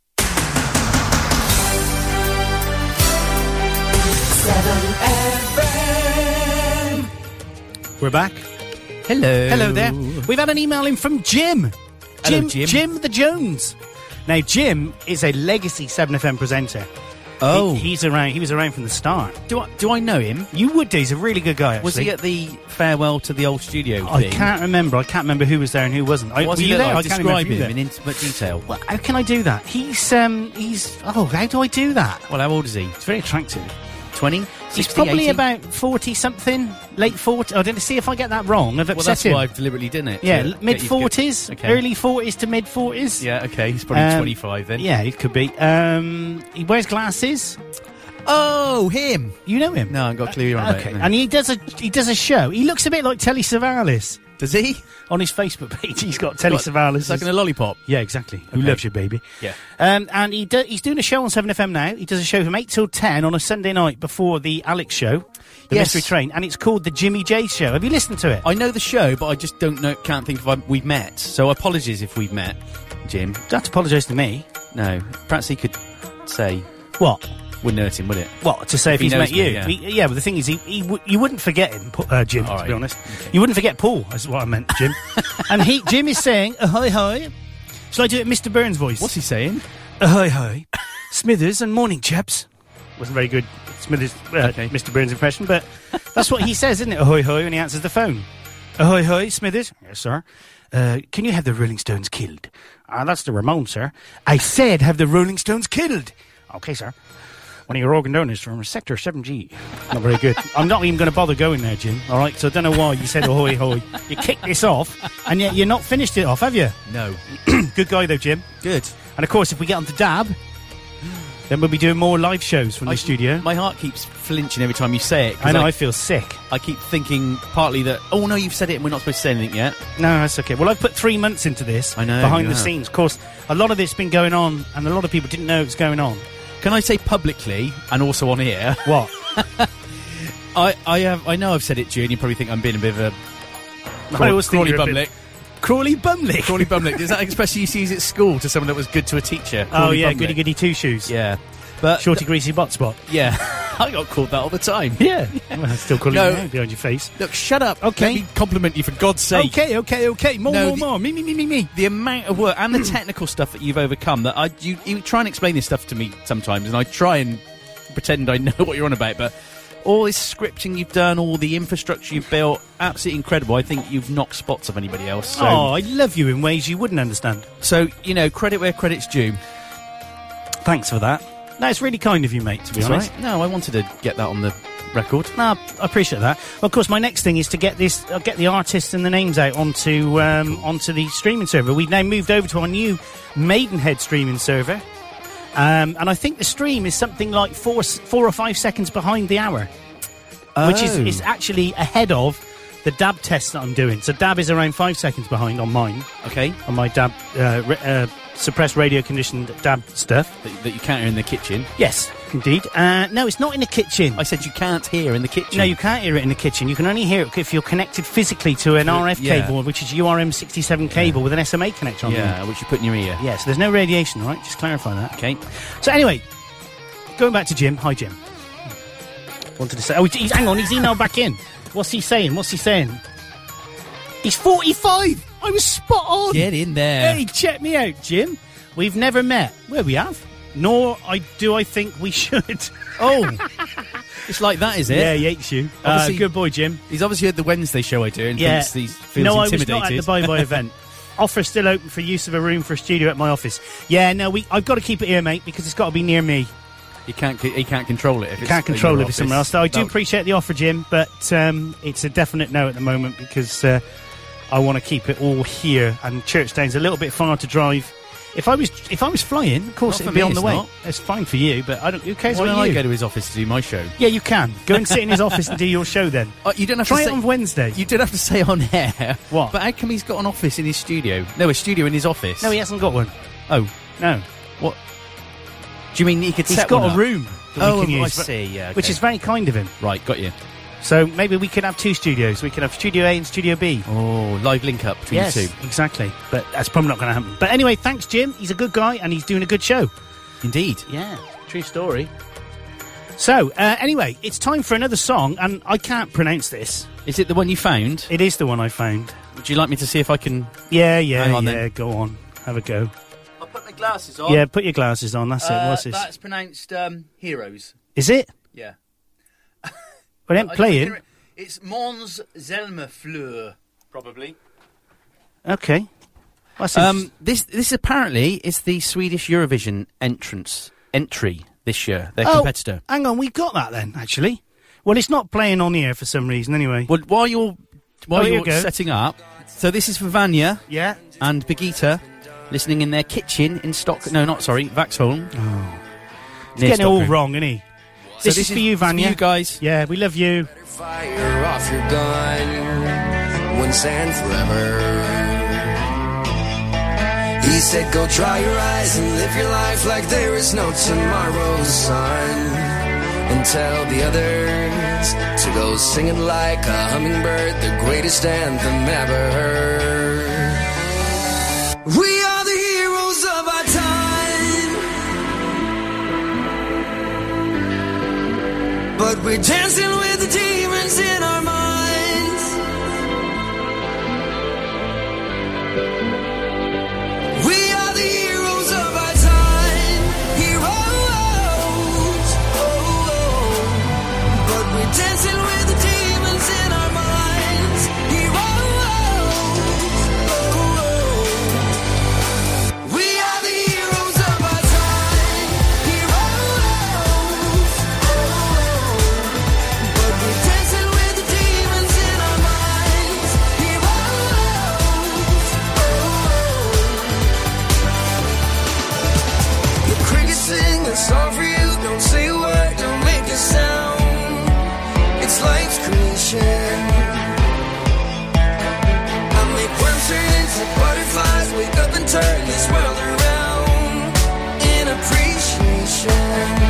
7FM.
We're back.
Hello.
Hello there. We've had an email in from Jim.
Hello,
Jim,
Jim.
the Jones. Now, Jim is a legacy 7FM presenter.
Oh.
He- he's around. He was around from the start.
Do I do I know him?
You would. do. He's a really good guy. Actually.
Was he at the farewell to the old studio?
I
thing?
can't remember. I can't remember who was there and who wasn't. I,
What
were
does he
you
look
there?
like?
I can't remember if
Describe
you
him
were
in
there.
intimate detail.
Well, how can I do that? He's um, he's oh, how do I do that?
Well, how old is he? He's
very attractive.
20?
He's
60,
probably
80?
about forty something, late forty. I didn't see if I get that wrong. I've
Well,
upset
that's
him.
why I've deliberately done it.
yeah,
to
l-
get you
mid
to go-
forties,
Okay.
early forties to mid forties.
Yeah, okay. He's probably
Um,
25 then.
Yeah, it could be. Um, he wears glasses.
Oh, him!
You know him?
No, I've got a clue you're on about
Okay,
it, no.
and he does a he does a show. He looks a bit like Telly Savalas.
Does he?
On his Facebook page, he's got Telly
What,
Savalas.
sucking a lollipop?
Yeah, exactly. Who
Okay.
loves you, baby?
Yeah.
Um, and he do, he's doing a show on 7FM now. He does a show from 8 till 10 on a Sunday night before the Alex show, The
Yes.
Mystery Train, and it's called The Jimmy J Show. Have you listened to it?
I know the show, but I just don't know. Can't think if i we've met. So apologies if we've met, Jim. Don't
have to apologise to me.
No, perhaps he could say
what
wouldn't hurt him, would it?
What to say if
He
he's
knows
met you?
me,
yeah.
yeah.
yeah, but the thing is, he, he w- you wouldn't forget him, Pu- uh, Jim. to be honest, you wouldn't forget Paul. That's what I meant, Jim. and he, Jim, is saying, uh, "Hi, hi." Shall I do it, in Mr. Burns' voice? What's
he saying?
Uh, hi, hi, Smithers, and morning, chaps. Wasn't very good, Smithers, uh, Mr. Burns' impression, but that's what he says, isn't it? Ahoy, hoy, when he answers the phone. Ahoy, hoy, Smithers. Yes, sir. Uh, can you have the Rolling Stones killed? Ah, that's the Ramones, sir. I said have the Rolling Stones killed. Okay, sir. One of your organ donors from Sector 7G. Not very good. I'm not even going to bother going there, Jim. All right, so I don't know why you said ahoy, hoy. You kicked this off, and yet you're not finished it off, have you?
No.
good guy, though, Jim.
Good.
And of course, if we get on to Dab, then we'll be doing more live shows from the studio.
My heart keeps flinching every time you say it. 'cause
I know, I feel sick.
I keep thinking partly that oh no, you've said it and we're not supposed to say anything yet.
No, that's okay. Well, I've put three months into this. I
know,
Behind
you
the
have.
scenes. Of course, a lot of this has been going on, and a lot of people didn't know it was going on.
Can I say publicly and also on here?
What?
I I have I know I've said it, June. You probably think I'm being a bit of a
I always think
Crawley
you're a bit-
bumlick.
Crawley Bumlick.
Crawley bumlick. Is that an expression you used to use at school to someone that was good to a teacher?
oh,
Crawley
yeah,
bumlick.
goody goody two shoes.
Yeah. But
Shorty greasy butt spot.
Yeah, I got called that all the time.
Yeah, Well, I'm still calling
No.
you out behind your face.
Look, shut up. Okay. Let me compliment you for God's sake.
Okay, okay, okay. More,
No,
more,
the-
more. Me, me, me, me, me.
The amount of work and the technical stuff that you've overcome that I you, you try and explain this stuff to me sometimes and I try and pretend I know what you're on about, but all this scripting you've done, all the infrastructure you've built, absolutely incredible. I think you've knocked spots of anybody else. So,
Oh, I love you in ways you wouldn't understand.
so you know, credit where credit's due.
Thanks for that. That's really kind of you, mate, to be
That's
honest.
right. No, I wanted to get that on the record.
No, I appreciate that. Of course, my next thing is to get this, uh, get the artists and the names out onto um, onto the streaming server. We've now moved over to our new Maidenhead streaming server, um, and I think the stream is something like four s- four or five seconds behind the hour, which is,
Oh.
is actually ahead of the dab test that I'm doing. So dab is around five seconds behind on mine,
Okay.
on my dab uh, re- uh, suppressed radio conditioned dab stuff.
That, that you can't hear in the kitchen.
Yes, indeed. Uh, no, it's not in the kitchen.
I said you can't hear in the kitchen.
No, you can't hear it in the kitchen. You can only hear it if you're connected physically to an RF
yeah.
cable, which is URM67 cable with an SMA connector on
Yeah, which you put in your ear.
there. Yeah, so there's no radiation, all right? Just clarify that.
Okay.
So, anyway, going back to Jim. Hi, Jim. Wanted to say. Oh, he's, hang on, he's emailed back in. What's he saying? What's he saying? He's 45! I was spot on!
Get in there.
Hey, check me out, Jim. We've never met. Well, we have. Nor I do I think we should.
Oh, it's like that, is it?
Yeah, he hates you. Uh,
Obviously-
good boy, Jim.
He's obviously at the Wednesday show I do and
Yeah.
thinks he's feels
no,
intimidated.
I was not at the Bye Bye event. Offer still open for use of a room for a studio at my office. Yeah, no, we I've got to keep it here, mate, because it's got to be near me.
he can't. c- He can't control it. If it's
Can't
in your
control it if
office.
it's somewhere else. So I do
No.
appreciate the offer, Jim, but um, it's a definite no at the moment because uh, I want to keep it all here. And Churchdown's a little bit far to drive. If I was if I was flying, of course
Not for
it'd be
me,
on the
it's
way.
not.
It's fine for you, but I don't. Who cares
Why
about
don't I
you?
go to his office to do my show?
yeah, you can go and sit in his office and do your show. Then
Uh, you don't have
try
to
it
say,
on Wednesday.
You don't have to say on air.
What?
But how come he's got an office in his studio? No, a studio in his office.
no, he hasn't got one.
Oh,
No,
what? Do you mean he could
he's
set
got
one
a
up?
room. That
Oh,
we can
I
use, but-
see. Yeah,
which
okay.
is very kind of him.
right. Got you.
So maybe we could have two studios. We could have Studio A and Studio B.
Oh, live link up between
yes,
the two.
exactly. But that's probably not going to happen. But anyway, thanks, Jim. He's a good guy and he's doing a good show.
Indeed.
Yeah, true story. So, uh, anyway, it's time for another song, and I can't pronounce this.
Is it the one you found?
It is the one I found.
Would you like me to see if I can?
Yeah, yeah,
Hang on
yeah.
then.
Go on, have a go.
I'll put my glasses
Yeah, put your glasses on. That's it.
Uh,
What's this?
That's pronounced um, heroes.
Is it?
Yeah.
Well, it ain't
I-
playing.
It's Mons Zelmerfleur, probably.
Okay. What's this?
Um, this this apparently is the Swedish Eurovision entrance entry this year. Their
Oh,
competitor.
Hang on, we got that then. Actually, well, it's not playing on here for some reason. Anyway.
Well, while you're while
Oh, here
you're
we go.
setting up, so this is for Vanya
Yeah.
and Birgitta listening in their kitchen in Stock. No, not sorry, Vaxholm.
Oh. He's getting it all wrong, isn't he?
So
this,
this
is for
is-
you,
it's for
Vanya.
you guys.
Yeah, we love you.
Fire off your gun once and forever. He said, Go dry your eyes and live your life like there is no tomorrow, sun. And tell the others to go singing like a hummingbird, the greatest anthem ever heard. We are the heroes of our time, but we're dancing with the demons in our minds. We are the heroes of our time, heroes. Oh, oh. but we're dancing with the demons in our minds, heroes. Oh, oh. we are the heroes of our time, heroes. But we're dancing with the demons in our minds, heroes. The crickets sing a song for you. Don't say a word, don't make a sound. It's life's creation. I make worms turn into butterflies. Wake up and turn this world around in appreciation.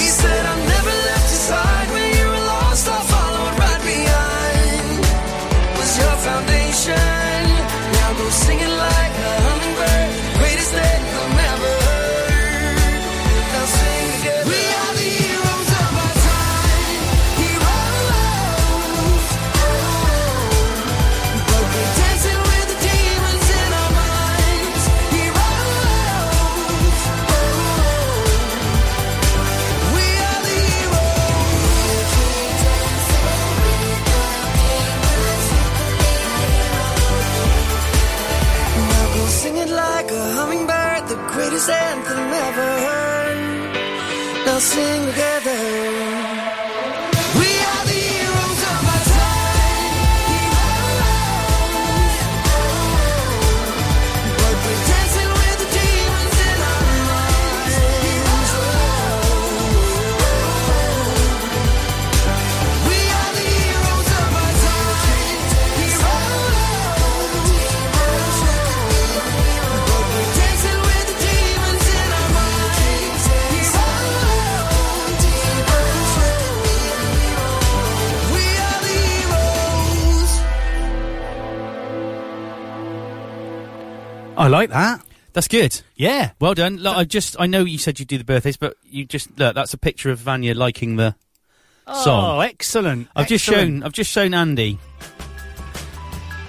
He said, I never left your side when you were lost. I followed right behind was your foundation. Now go singing like a hummingbird, greatest that you'll never heard. Now sing together. We are the heroes of our time, heroes. Oh. But we're dancing with the demons in our minds, heroes. We are the heroes. Now go sing it like a hummingbird, the greatest anthem ever heard. Now sing together. We are the heroes of our time. Heroes. But we're dancing with the demons in our minds. We are the heroes of our time.
I like that.
That's good.
Yeah.
Well done. Look, I just I know you said you do the birthdays, but you just look. That's a picture of Vanya liking the song.
Oh, excellent.
I've just
Excellent.
shown. I've just shown Andy.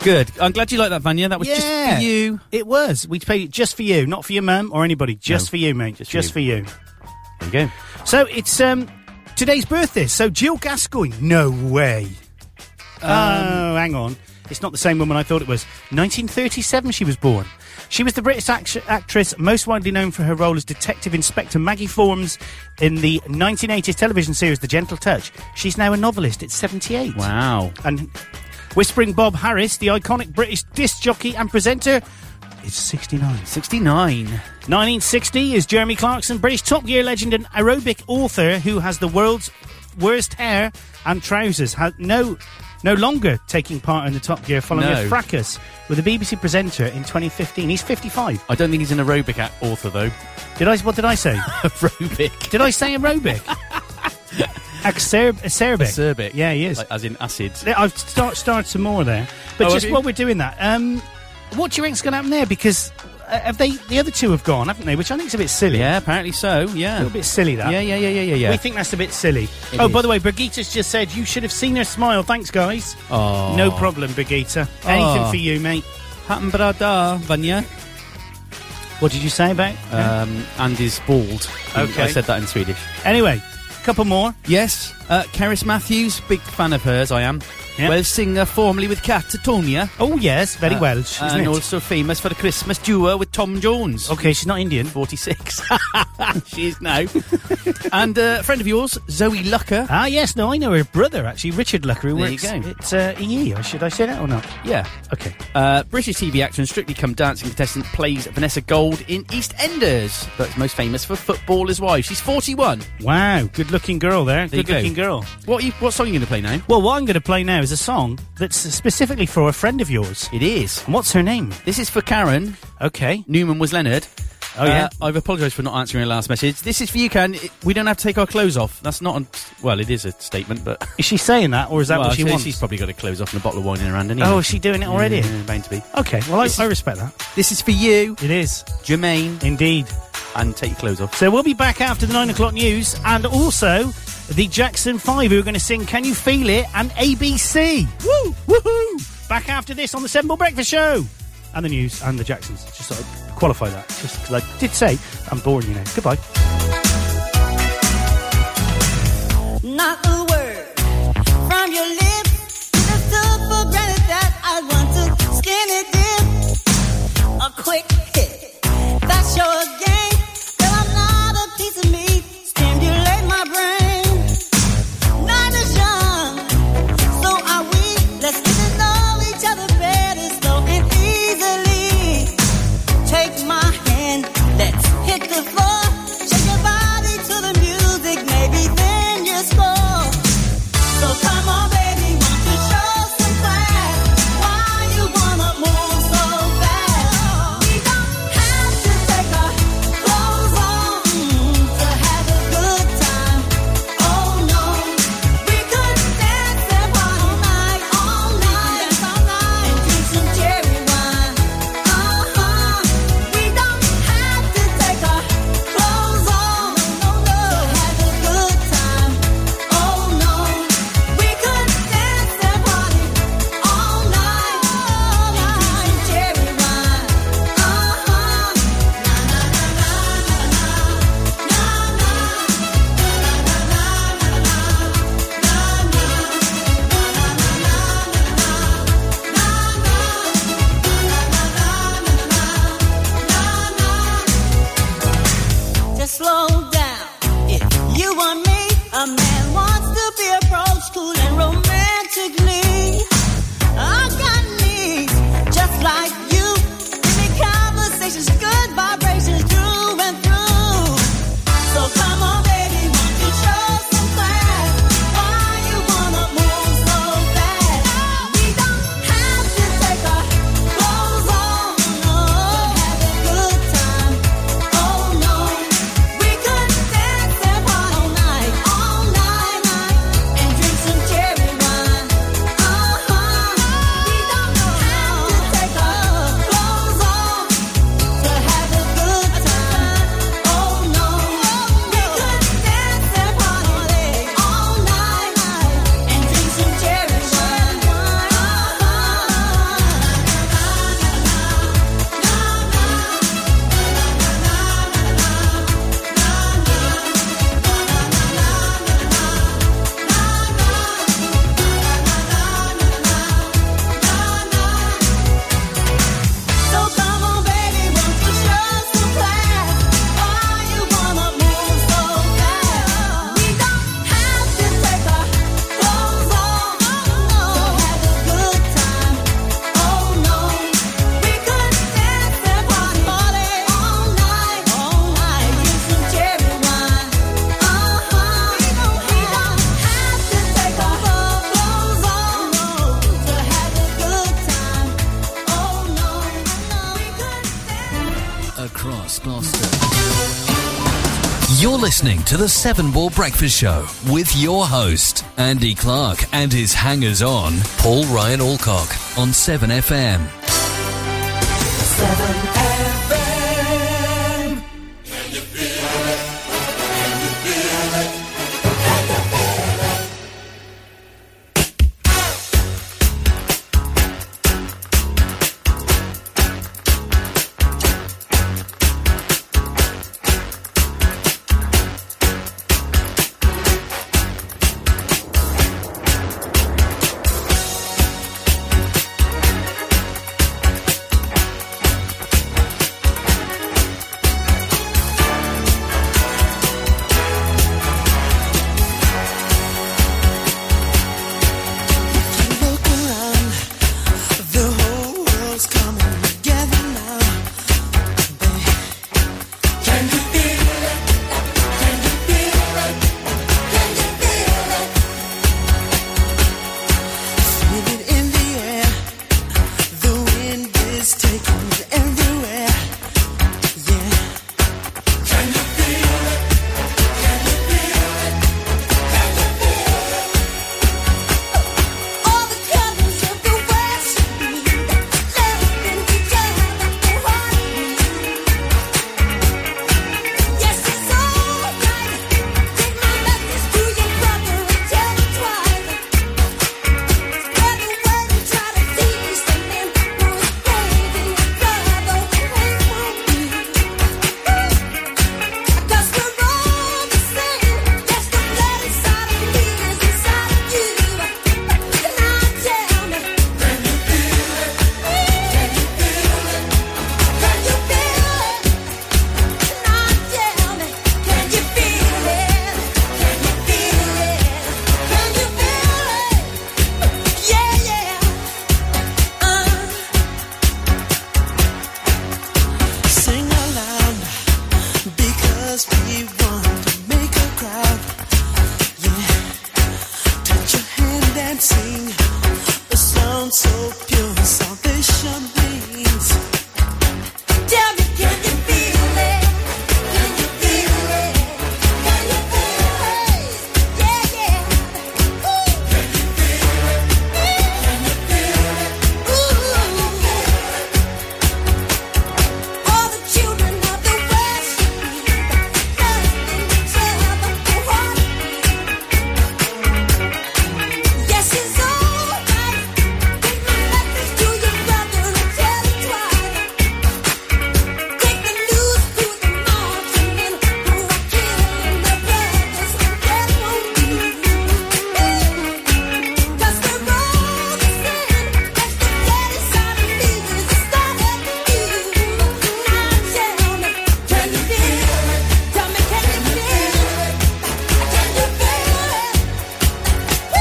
Good. I'm glad you like that, Vanya. That was just
Yeah.
for you.
It was. We played it just for you, not for your mum or anybody. Just
No.
for you, mate. Just,
for
for you.
There you go.
So it's um today's birthday. So Jill Gascoigne. No way.
Um,
oh, hang on. It's not the same woman I thought it was. 1937 she was born. She was the British act- actress most widely known for her role as Detective Inspector Maggie Forms in the 1980s television series The Gentle Touch. She's now a novelist at 78.
Wow.
And Whispering Bob Harris, the iconic British disc jockey and presenter, is 69.
69.
1960 is Jeremy Clarkson, British Top Gear legend and aerobic author who has the world's worst hair and trousers. Ha- no, no longer taking part in the Top Gear following a
No.
fracas with a BBC presenter in 2015. He's 55.
I don't think he's an aerobic a- author though.
Did I? What did I say?
aerobic.
did I say aerobic? Acerb- acerbic.
Acerbic.
Yeah, he is.
Like, as in acid.
Yeah, I've start, started some more there. But
Oh,
just
have you?
while we're doing that, um, what do you think's going to happen there? Because uh, have they the other two have gone, haven't they? Which I think is a bit silly.
Yeah, apparently so. Yeah,
a little bit silly that.
Yeah, yeah, yeah, yeah, yeah. yeah.
We think that's a bit silly.
It
oh,
is.
by the way, Brigitta's just said you should have seen her smile. Thanks, guys.
Aw.
No problem, Brigitta. Anything
Aw.
for you, mate. Happen brada, Vanya. What did you say about?
Um, Andy's bald.
Okay.
I said that in Swedish.
Anyway, a couple more.
Yes, uh, Karis Matthews, big fan of hers, I am. Welsh singer, formerly with Catatonia.
Oh, yes, very Welsh, isn't
and
it?
also famous for the Christmas duo with Tom Jones.
Okay, she's not Indian.
46. she is now. and uh, a friend of yours, Zoe Lucker.
Ah, yes, no, I know her brother actually, Richard Lucker, who
There you
works
go.
at uh, EE. Or Should I say that or not?
Yeah.
Okay.
Uh, British TV actor and Strictly Come Dancing contestant plays Vanessa Gold in EastEnders, but is most famous for Footballer's Wife. She's 41.
Wow, good looking girl there.
There you
good looking
go.
girl.
What you, what song are you going to play now?
Well, what I'm going to play now is a song that's specifically for a friend of yours.
It is.
And what's her name?
This is for Karen.
Okay.
Newman was Leonard. Uh,
Oh, yeah?
I've apologised for not answering her last message. This is for you, Karen. It- We don't have to take our clothes off. That's not. A, well, it is a statement, but.
Is she saying that, or is that
Well,
what she
so
wants?
She's probably got her clothes off and a bottle of wine in her hand, anyway.
Oh, is she doing it already?
Yeah, bound to be.
Okay, well, I,
This is-
I respect that.
This is for you,
It is.
Jermaine.
Indeed.
And take your clothes off.
So we'll be back after the nine o'clock news and also the Jackson 5 who are going to sing Can You Feel It and ABC. Woo! Woohoo! Back after this on the Seven Ball Breakfast Show and the news and the Jacksons. Just sort of qualify that. Just because I did say I'm boring, you know. Goodbye.
Not a word from your lips. I took for granted that I want to skinny dip. A quick hit. That's your game. Girl, I'm not a piece of meat. Stimulate my brain. Not as young. So are we. Let's get to know each other better, slow and easily. Take my hand, let's hit the floor. Shake your body to the music, maybe then you score. So come on, baby, want to show some class? Why you wanna move so fast? We don't have to take our clothes off to have a good time. Oh no, we could dance that all night, all night, all night, drink some cherry wine. Uh-huh. We don't have to take our clothes off. No, no. Have a good time. Oh no. We could dance that party all night. All night. Cherry wine. Uh-huh. Na na na na na na na na na na na na na na na na na na. Just slow down. If you want me, a man wants to be approached cool and romantically. I got needs just like you. Give me conversations, good vibrations through and through. So come on, baby, won't you show some class? Why you wanna move so fast? We don't have to take our clothes off no, to have a good time. Oh no, we could dance and party all night, all night, night, and drink some cherry wine. Uh-huh. We don't have to take our clothes off to have a good time. Oh no, we could dance and party all night, night, and drink some cherry wine. Uh-huh. So come on, baby, won't you show some class? Why you wanna move so fast? We don't have to take our clothes off, no, have a good time. Oh no, we could dance and party all night, all night, drink some cherry wine. Uh-huh, we don't have to take our clothes off to have a good time. Oh no.
Across Gloucester. You're listening to the Seven Ball Breakfast Show with your host, Andy Clark, and his hangers on, Paul Ryan Alcock, on 7FM.
Look around, the whole world's coming together now. Can you feel it? Can you feel it? Can you feel it? Feel it in the air. The wind is taking us everywhere. Yeah. Can you feel it? Can you feel it? Can you feel it? All the colors of the world living together for one. Yes, it's alright. Take my message to your brother and tell him twice. Spread the word and try to teach the man who is saving your brother away from me. 'Cause we're all the same. Yes, the blood inside of me is inside of you. Now tell me, can you feel it? Can you feel it? Can you feel it? Now tell me, can you feel it? Can you feel it? Can you feel it? Yeah, yeah. Sing aloud because we want to make a crowd. Yeah, touch your hand and sing. The sound so pure, salvation bleeds. Tell me, can you feel it? Can you feel it? Can you feel it? Yeah, yeah. Ooh. Can you feel it? Can you feel it? Ooh. All the children of the West, loving each other for one. Yes, it's alright. Take my message to your brother and tell him twice. Take the news to the mountain men who are killing their brothers and their homies. 'Cause we're all the same. Yes, the blood inside of me is inside of you. Now tell me, can you feel it? Tell me, can you feel it? Can you feel it? Can you see what's going down? You feel it in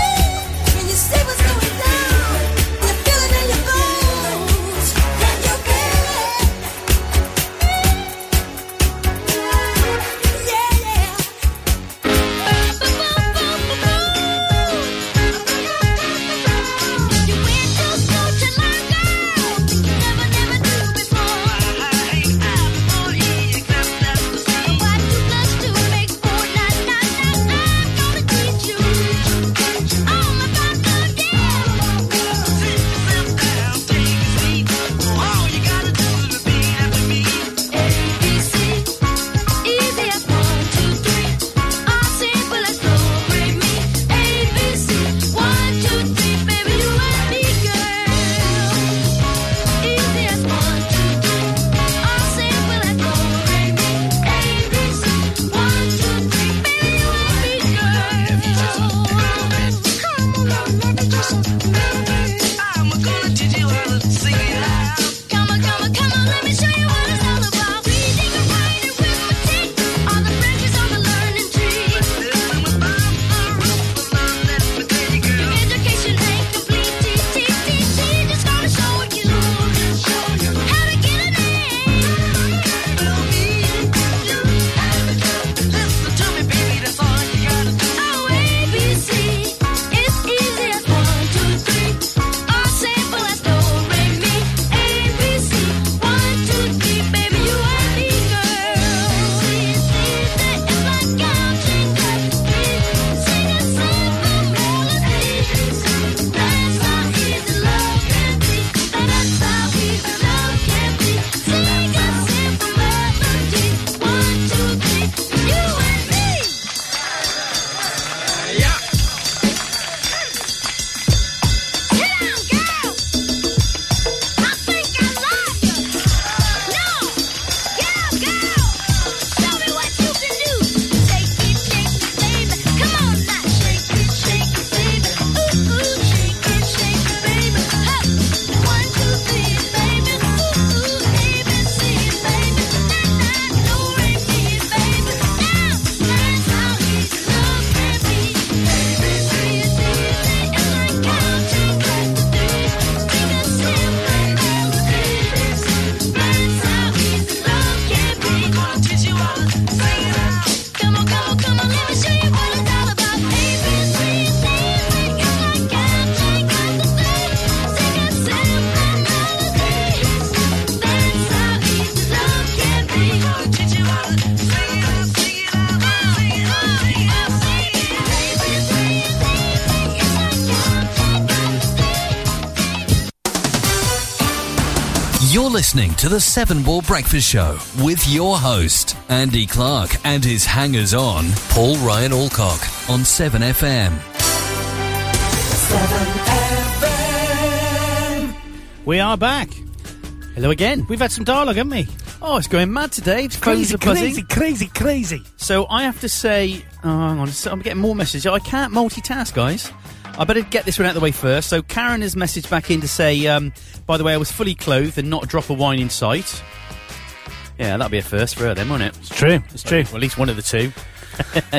your bones. Can you feel it? It's easy as one, two, three. All simple as do, re, mi, A,
You're listening to the Seven Ball Breakfast Show with your host, Andy Clark, and his hangers on, Paul Ryan Alcock, on 7FM.
We are back.
Hello again.
We've had some dialogue, haven't we?
Oh, it's going mad today. It's phones
Crazy,
are buzzing.
crazy, crazy, crazy.
So I have to say, oh, hang on, so I'm getting more messages. I can't multitask, guys. I better get this one out of the way first. So Karen has messaged back in to say, um, by the way, I was fully clothed and not a drop of wine in sight. Yeah, that'll be a first for her then, won't it? It's
true. It's true.
Well, at least one of the two.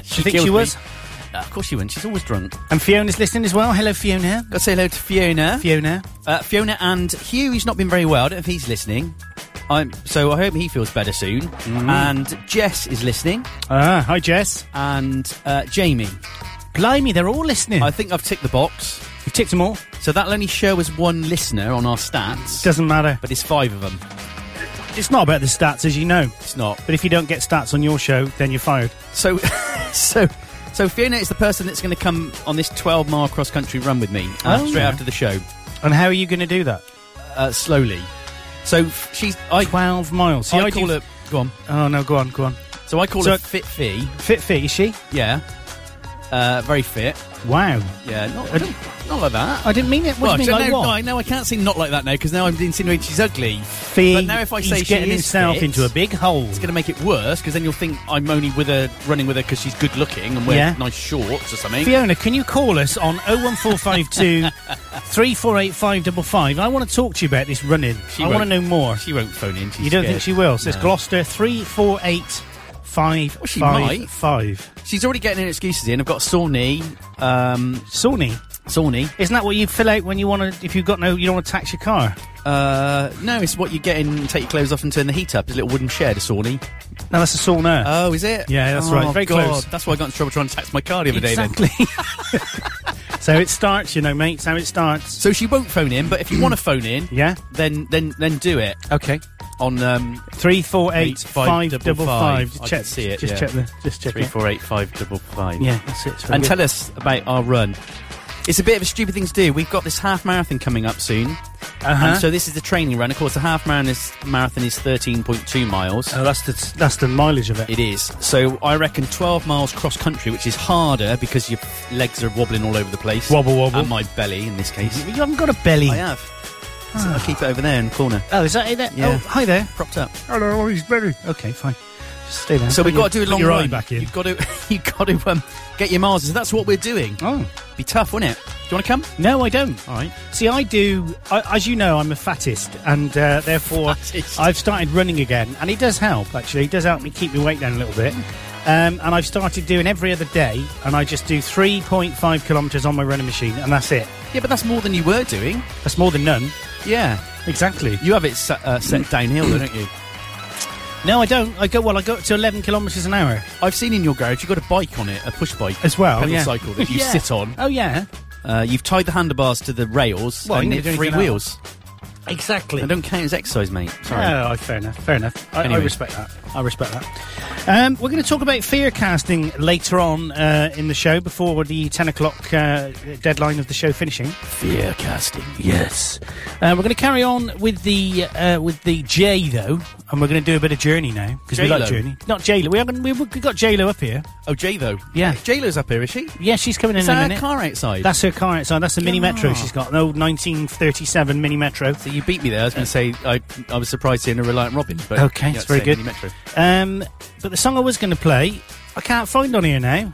she
think
killed me.
she was?
Uh, of course she wouldn't. She's always drunk.
And Fiona's listening as well. Hello, Fiona.
Got to say hello to Fiona.
Fiona.
Uh, Fiona and Hugh, he's not been very well. I don't know if he's listening. I'm, so I hope he feels better soon. And Jess is listening.
Mm-hmm. Ah, hi, Jess.
And uh, Jamie.
Blimey, they're all listening.
I think I've ticked the box.
You've ticked them all.
So that'll only show us one listener on our stats.
Doesn't matter.
but it's five of them.
It's not about the stats, as you know.
It's not.
But if you don't get stats on your show, then you're fired.
So, so, so Fiona is the person that's going to come on this 12 mile cross country run with me uh,
Oh,
straight
yeah.
after the show,
And how are you going to do that?
uh, slowly. So f- she's. I,
12 miles. See,
I,
I
call
do-
her. Go on.
Oh, no, go on, go on.
So I call
So-
her Fit Fee.
Fit Fit, is she?
Yeah. Uh, very fit.
Wow.
Yeah. Not, Ah, I don't- not like that.
I didn't mean it. What do you
Well,
mean, like
no,
what?
no, I- no, I can't say not like that now because now I'm insinuating she's ugly.
Fee,
but now if I
he's
say she
getting
is
himself
fit-
into a big hole.
It's going to make it worse because then you'll think I'm only with her, running with her because she's good looking and wears
Yeah.
nice shorts or something.
Fiona, can you call us on 01452 348555? I want to talk to you about this running.
She
I want to
won't.
know more.
She won't phone in. She's
You don't
scared.
think she will? So it's
No.
Gloucester 348555.
Well, she might. She's already getting her excuses in. I've got sore knee. Um,
Sony,
sore knee.
isn't that what you fill out when you want to, if you've got no, you don't want to tax your car?
Uh, no, it's what you get in. Take your clothes off and turn the heat up. It's a little wooden shed. A sore knee.
No, that's a sauna.
Oh, is it?
Yeah, that's
Oh,
right. Very
God.
close.
That's why I got in trouble trying to tax my car the other day. Then.
exactly. so it starts, you know, mate. So it starts.
So she won't phone in. But if you want to phone in,
Yeah.
then then then do it
Okay.
on um,
Three, four, eight,
Eight, five,
five,
double
double
five. I
five. Just
can
check.
see it,
Just
yeah.
check the. Just check
three
it.
four eight five double five.
Yeah, that's it. It's very
And
good.
tell us about our run. It's a bit of a stupid thing to do. We've got this half marathon coming up soon.
Uh-huh.
And so this is the training run. Of course, the half marathon is, marathon is 13.2 miles.
Oh, that's the that's the mileage of it.
It is. So I reckon 12 miles cross country, which is harder because your legs are wobbling all over the place.
Wobble, wobble.
And my belly in this case.
You haven't got a belly.
I have. So I keep it over there in the corner,
Oh, is that it? There?
Yeah.
Oh, hi there.
propped up.
Hello, oh, he's belly. Okay, fine. Just stay there.
So
Put
we've
your-
got to do a
put
long
your
run.
eye back in.
You've got to, you've got to um, get your miles. So that's what we're doing.
Oh
Be tough, wouldn't it? Do you want to come?
no, I don't.
All right.
See, I do. I, as you know, I'm a fattist, and uh, therefore
Fattist.
I've started running again, and it does help. Actually, it does help me keep my weight down a little bit. Um, and I've started doing every other day, and I just do 3.5 kilometres on my running machine, and that's it.
Yeah, but that's more than you were doing.
That's more than none.
Yeah.
Exactly.
You have it set, uh, set downhill, though, don't you?
No, I don't. I go well. I go up to 11 kilometres an hour
I've seen in your garage you've got a bike on it, a push bike,
as well.
pedal
yeah.
cycle that you
Yeah.
sit on.
Oh yeah,
Uh, you've tied the handlebars to the rails
Well,
and
you
it
can do
three
anything
wheels.
exactly.
I don't count as exercise, mate. Sorry.
Oh, fair enough. Fair enough. I, I
Anyway.
respect that. I respect that. Um, we're going to talk about fear casting later on uh, in the show before the 10 o'clock uh, deadline of the show finishing.
Fear casting.
Yes. Uh, we're going to carry on with the uh, with the J though, and we're going to do a bit of Journey now because we
J-Lo.
like Journey. Not J Lo. We haven't. We, we've got J Lo up here.
Oh, J though.
Yeah.
J Lo's up here, is she?
Yeah, she's coming in
Is
in a
that her
minute.
car outside?
That's her car outside. That's a mini metro
Yeah.
she's got. An old 1937 mini metro.
Ah. so you beat me there. I was going to say I, I was surprised seeing a Reliant Robin. But
Okay,
yeah,
it's very
same,
good.
Mini Metro.
Um, but the song I was going to play, I can't find on here now.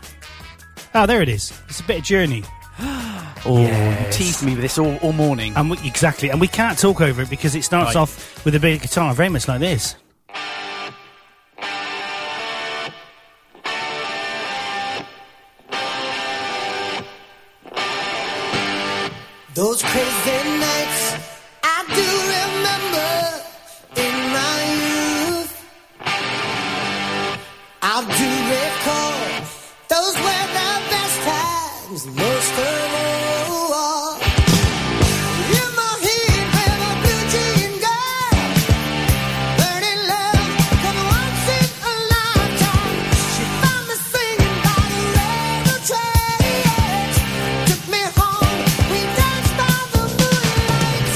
Ah, there it is. It's a bit of Journey,
Oh, you teased me with this all, all morning.
and we, exactly, and we can't talk over it because it starts
Right.
off with a bit of guitar, very much like this.
Those crazy nights I do remember in my youth. I do recall those were the best times, most of all. In my heat, with a blue jean girl, burning love, come once in a lifetime. She found me singing by the railroad tracks. Took me home, we danced by the moonlight.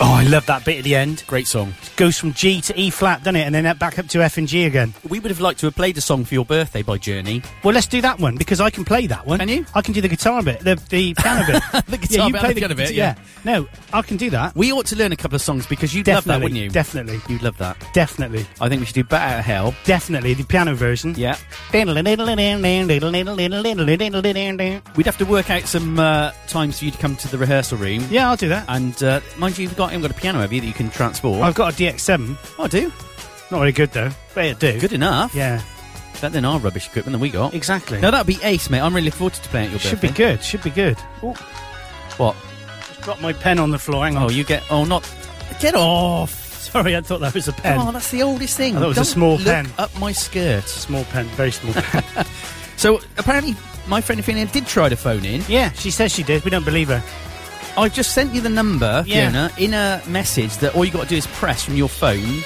Oh, I love that bit at the end.
Great song.
Goes from G to E flat, doesn't it? And then up- back up to F and G again.
We would have liked to have played a song for your birthday by Journey.
Well, let's do that one because I can play that one. Can you? I can do the guitar bit, the the piano bit.
The guitar bit and the piano bit, yeah.
No, I can do that.
We ought to learn a couple of songs because you'd love that,
Definitely,
wouldn't you?
Definitely.
You'd love that.
Definitely.
I think we should do Bat Out of Hell.
Definitely the piano version.
Yeah. We'd have to work out some uh, times for you to come to the rehearsal room.
Yeah, I'll do that.
And uh, mind you, you've got, you haven't got a piano, have you, that you can transport?
I've got a DX7.
Oh, I do.
Not very good though, but it do.
Good enough.
Yeah.
Better than our rubbish equipment that we got.
Exactly.
Now, that'd be ace, mate. I'm really looking forward to playing at your
Should
birthday.
be good. Should be good. Oh,
What?
got my pen on the floor. Hang on.
Oh, you get... Oh, not... Get off!
Sorry, I thought that was a pen.
Oh, that's the oldest thing.
oh, I thought it was a
Don't
small
look
pen.
up my skirt.
Small pen, very small pen.
So, apparently, my friend Fiona did try to phone in.
yeah, she says she did. We don't believe her.
I've just sent you the number,
Yeah.
Fiona, in a message that all you got to do is press from your phone,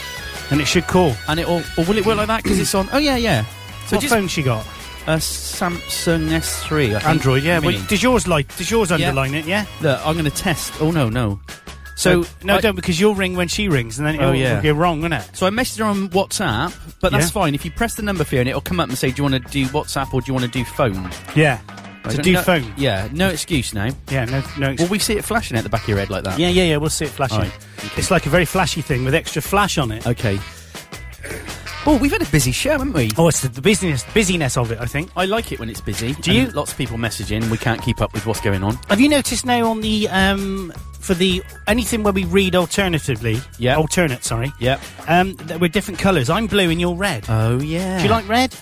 And it should call.
and it will. Or will it work like that? Because it's on. Oh yeah, yeah. So
what
just
phone she got?
a Samsung S3, I think.
Android, yeah.
Mini.
Well, does yours like? Does yours
Yeah.
underline it? Yeah.
Look, I'm going to test. Oh no, no. So
no,
I,
don't because you'll ring when she rings, and then it'll,
Oh, yeah.
it'll go wrong, won't it?
So I messaged her on WhatsApp, but that's
Yeah.
fine. If you press the number, Fiona, it'll come up and say, "Do you want to do WhatsApp or do you want to do phone?"
Yeah.
I
To
don't-
do
no-
phone.
Yeah, no excuse now.
Yeah. No. No. ex-
Well, we see it flashing at the back of your head like that.
yeah. Yeah. Yeah. We'll see it flashing.
All right. Okay.
It's like a very flashy thing with extra flash on it.
Okay. Oh, we've had a busy show, haven't we?
Oh, it's the, the busyness busyness of it. I think.
I like it when it's busy.
Do you?
And Lots of people messaging. We can't keep up with what's going on.
Have you noticed now on the um for the anything where we read alternatively?
Yeah.
Alternate. Sorry.
Yep.
Um, that we're different colours. I'm blue and you're red.
Oh yeah.
Do you like red?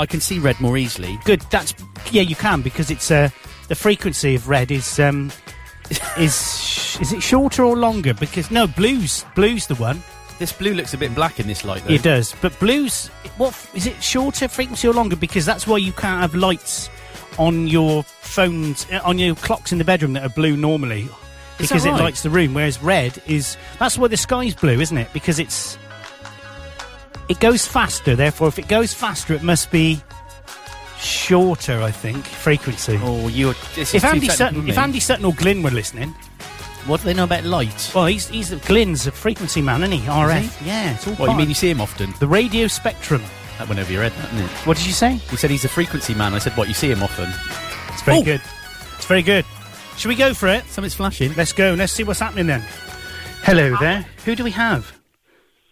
I can see red more easily.
Good. That's yeah. You can because it's uh, the frequency of red is um, is sh- is it shorter or longer? Because no, blues blues the one.
This blue looks a bit black in this light though.
It does, but blues. What f- is it? Shorter frequency or longer? Because that's why you can't have lights on your phones uh, on your clocks in the bedroom that are blue normally,
Is that
because
right?
it lights the room. Whereas red is that's why the sky's blue, isn't it? Because it's it goes faster. Therefore, if it goes faster, it must be shorter. I think frequency.
Oh, you're. This is
If
too
Andy
technical
Sutton,
for
if
me.
Andy Sutton or Glyn were listening,
what do they know about light?
well, he's he's the Glyn's a frequency man, isn't he? RF, yeah, it's all.
Well, you
part
mean you
of
see him often?
the radio spectrum?
That went over your head, didn't it?
What did you say?
You said he's a frequency man. I said, what? You see him often?
It's very
Oh.
good. It's very good. Should we go for it?
Something's flashing.
Let's go. Let's see what's happening then. Hello there. Who do we have?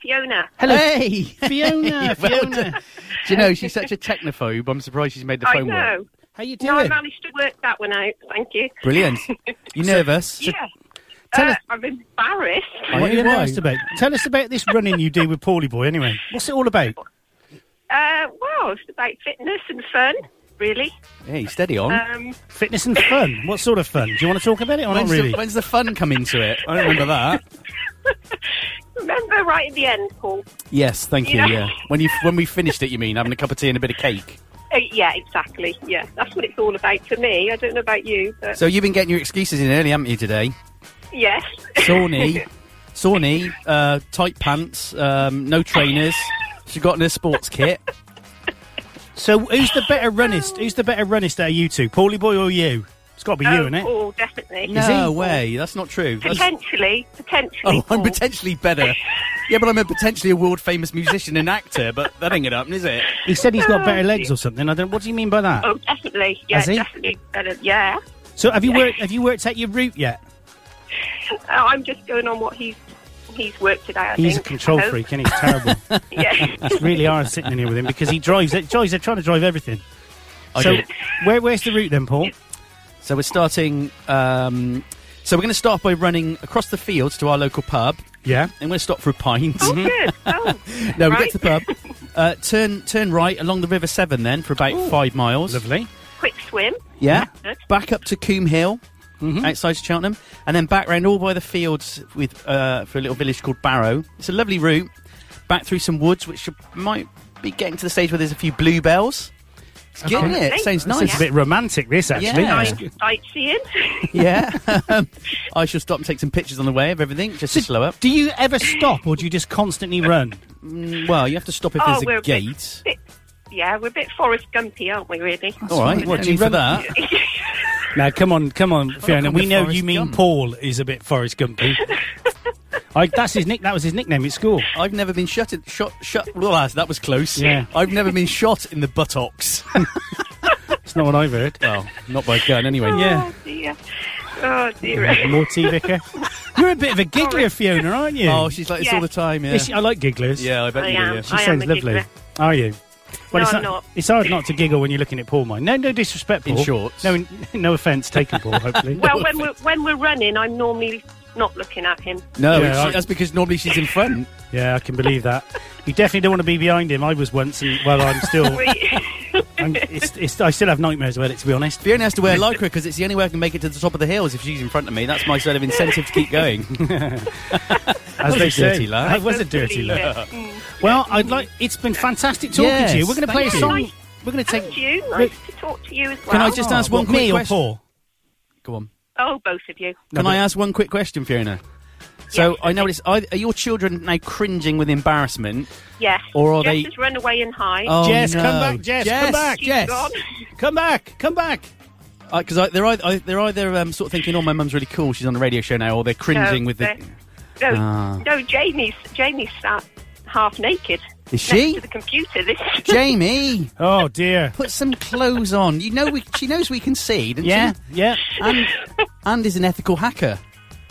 Fiona.
Hello,
Hey,
Fiona.
Well
Fiona.
done. Do you know she's such a technophobe? I'm surprised she's made the
I
phone
know.
work.
How you
No, I
doing?
managed to work that one out. Thank you.
Brilliant. You nervous?
yeah.
tell
uh,
us-
I'm embarrassed.
Are
what are
you
you
right?
nervous about? Tell us about this running you do with Paulie Boy. Anyway, what's it all about?
Uh, well, it's about fitness and fun, really.
Hey, steady on.
Um,
Uh, Fitness and fun. What sort of fun? Do you want to talk about it or not
when's,
really?
the, when's the fun coming to it? I don't remember that.
remember right at the end, Paul?
Yes, thank you.
Yeah.
Yeah, when you when we finished it, you mean having a cup of tea and a bit of cake.
Uh, yeah, exactly. Yeah, that's what it's all about to me. I don't know about you, but
So you've been getting your excuses in early, haven't you today?
yes.
Sawney, Sawney, uh, tight pants, um, no trainers. She's gotten a sports kit.
So, who's the better runnist? Who's the better runnist out of you two, Paulie Boy or you? It's got to be you,
oh,
isn't it?
Paul, definitely.
No way, that's not true. That's-
Potentially, potentially.
oh, I'm
Paul.
potentially better. Yeah, but I'm a potentially a world famous musician and actor, but that ain't gonna happen, is it?
He said he's got better legs or something. I don't. What do you mean by
Ah.
that?
Oh, definitely. Yeah,
Has he?
definitely. Better. Yeah.
So, have you worked? Have you worked out your route yet?
Uh, I'm just going on what he's he's worked it out. I
He's a
think,
control
I hope.
freak, and he's terrible.
Yeah.
It's really hard sitting in here with him because he drives. It drives. They're trying to drive everything. so,
do.
where, where's the route then, Paul?
So we're starting. Um, so we're going to start by running across the fields to our local pub.
Yeah.
And we're going to stop through Pines.
oh, good. Oh,
No, we
right.
get to the pub. Uh, turn turn right along the River Severn then for about five miles.
Lovely.
Quick swim.
Yeah.
Good.
Back up to Coombe Hill,
Mm-hmm.
outside Cheltenham, and then back round all by the fields with uh, for a little village called Barrow. It's a lovely route. Back through some woods, which might be getting to the stage where there's a few bluebells. It's good, isn't it?
Lovely.
Sounds
That
nice.
sounds
It's a bit romantic, this actually.
Yeah.
It's
Nice.
good.
Sightseeing.
Yeah. Um, I shall stop and take some pictures on the way of everything, just to slow up.
Do you ever stop, or do you just constantly run?
Mm, Well, you have to stop if
Oh,
there's
we're
a
a
gate.
bit, yeah, we're a bit Forrest Gumpy, aren't we? Really?
All right, what do you for that?
Now, come on, come on, Fiona.
come
We
to
know
Forrest
you mean
Gump.
Paul is a bit Forrest Gumpy. I, that's his nick. That was his nickname at school.
I've never been shot. In, shot. Shot. Well, that was close.
Yeah.
I've never been shot in the buttocks.
It's not what I've heard.
Well, not by a gun anyway.
Yeah.
Oh dear. Oh dear.
More tea, Vicar. You're a bit of a giggler, Fiona, aren't you?
Oh, she's like this all the time. Yeah.
Is she- I like gigglers.
Yeah, I bet I you do, am. yeah.
She
I am
sounds
a
lovely.
giggler.
Are you?
No,
it's,
I'm
not-
not.
it's hard not to giggle when you're looking at Paul, mine. No, no disrespect,
In
Paul.
shorts.
No, no offence taken, Paul. Hopefully.
Well, when we're when we're running, I'm normally not looking at him.
No,
Yeah,
she-
I-
that's because normally she's in front.
yeah, I can believe that. You definitely don't want to be behind him. I was once, and well, I'm still. I'm, it's, it's, I still have nightmares about it, to be honest.
Fiona has to wear lycra because it's the only way I can make it to the top of the hills if she's in front of me. That's my sort of incentive to keep going.
As they
a
say,
dirty laugh.
That was a dirty laugh. Well, I'd like. It's been fantastic talking
Yes,
to you. We're going to play a
thank you.
song. We're going to take.
And you, nice to talk to you as well.
Can I just ask one
Oh, what, me
quick
or
question?
Paul?
Go on.
Oh, both of you.
Can I ask one quick question, Fiona? So I know it's. Are, are your children now cringing with embarrassment?
Yes.
Or are
Jess
they-
has run away and hide.
Oh,
Jess,
no.
come back, Jess,
Jess,
come back,
She's
Jess.
gone.
come back, come back.
Because Uh, I, they're either I, they're either um, sort of thinking, "Oh, my mum's really cool. She's on the radio show now," or they're cringing
No,
with the.
No,
Ah.
no, Jamie's Jamie's sat half naked.
Is she?
next to the computer? This
Jamie,
Oh dear.
put some clothes on. You know, we, she knows we can see, doesn't
Yeah,
she?
yeah.
And and is an ethical hacker.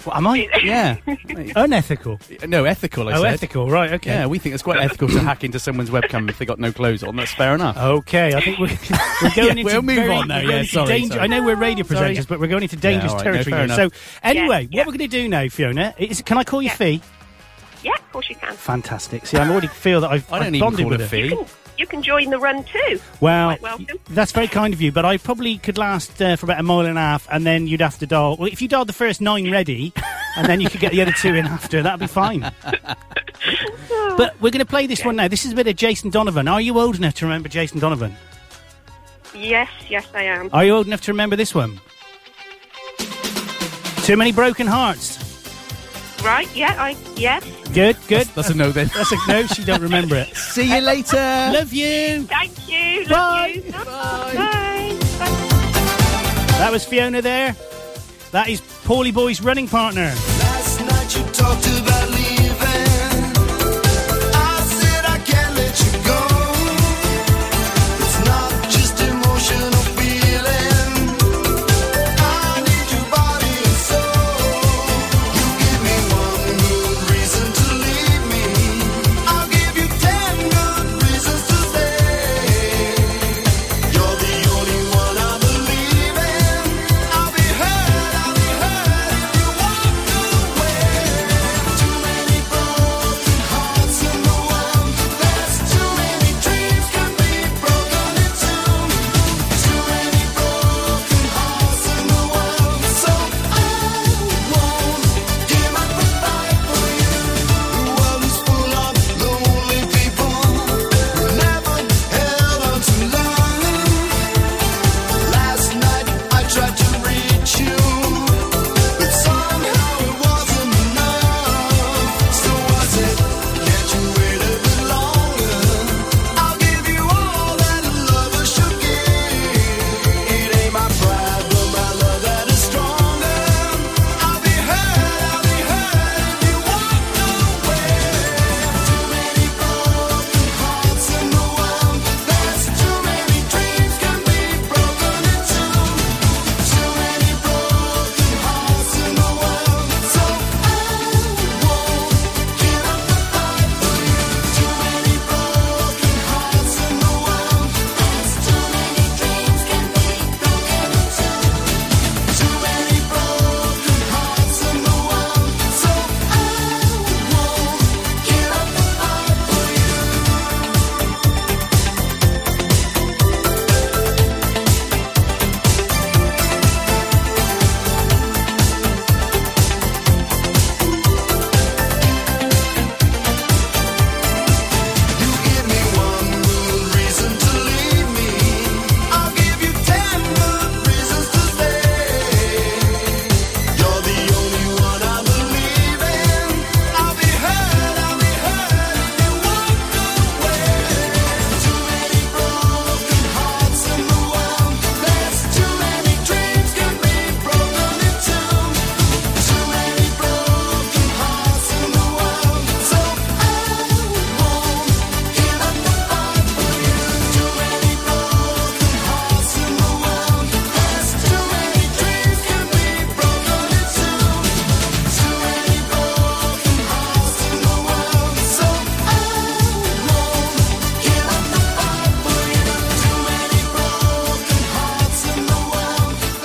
What am I?
Yeah.
Unethical.
No, ethical. I
Oh,
said.
ethical. Right. Okay.
Yeah, we think it's quite ethical to hack into someone's webcam if they got no clothes on. That's fair enough.
Okay, I think we're, we're going
Yeah,
into
we'll move
very-
on now,
we're
yeah,
going into
sorry,
danger-
sorry.
I know we're radio
Sorry.
presenters, but we're going into dangerous
all right, no,
territory
fair
now.
enough.
So anyway,
yeah.
what we're going to do now, Fiona? Is, can I call you Fee?
yeah, of course you can.
Fantastic. See, I already feel that I've,
I don't
have
even
bonded
call
with
her
her.
Fee.
You can join the run too.
Well,
welcome.
y- that's very kind of you, but I probably could last uh, for about a mile and a half, and then you'd have to dial. Well, if you dialed the first nine ready, and then you could get the other two in after, that'd be fine. but we're going to play this one now. This is a bit of Jason Donovan. Are you old enough to remember Jason Donovan?
Yes, yes, I am.
Are you old enough to remember this one? Too many broken hearts.
Right? Yeah, I. Yes.
Good, good.
That's a no then.
That's a no. She don't remember it.
See you later.
Love you.
Thank you. Love
Bye.
You. Bye. Bye.
That was Fiona there. That is Paulie Boy's running partner.
Last night you talked about leaving. I said I can't let you go. It's not just emotional feeling. I need your body and soul. You give me one good reason to leave me. I'll give you ten good reasons to stay. You're the only one I believe in. I'll be hurt. I'll be hurt if you walk away. Too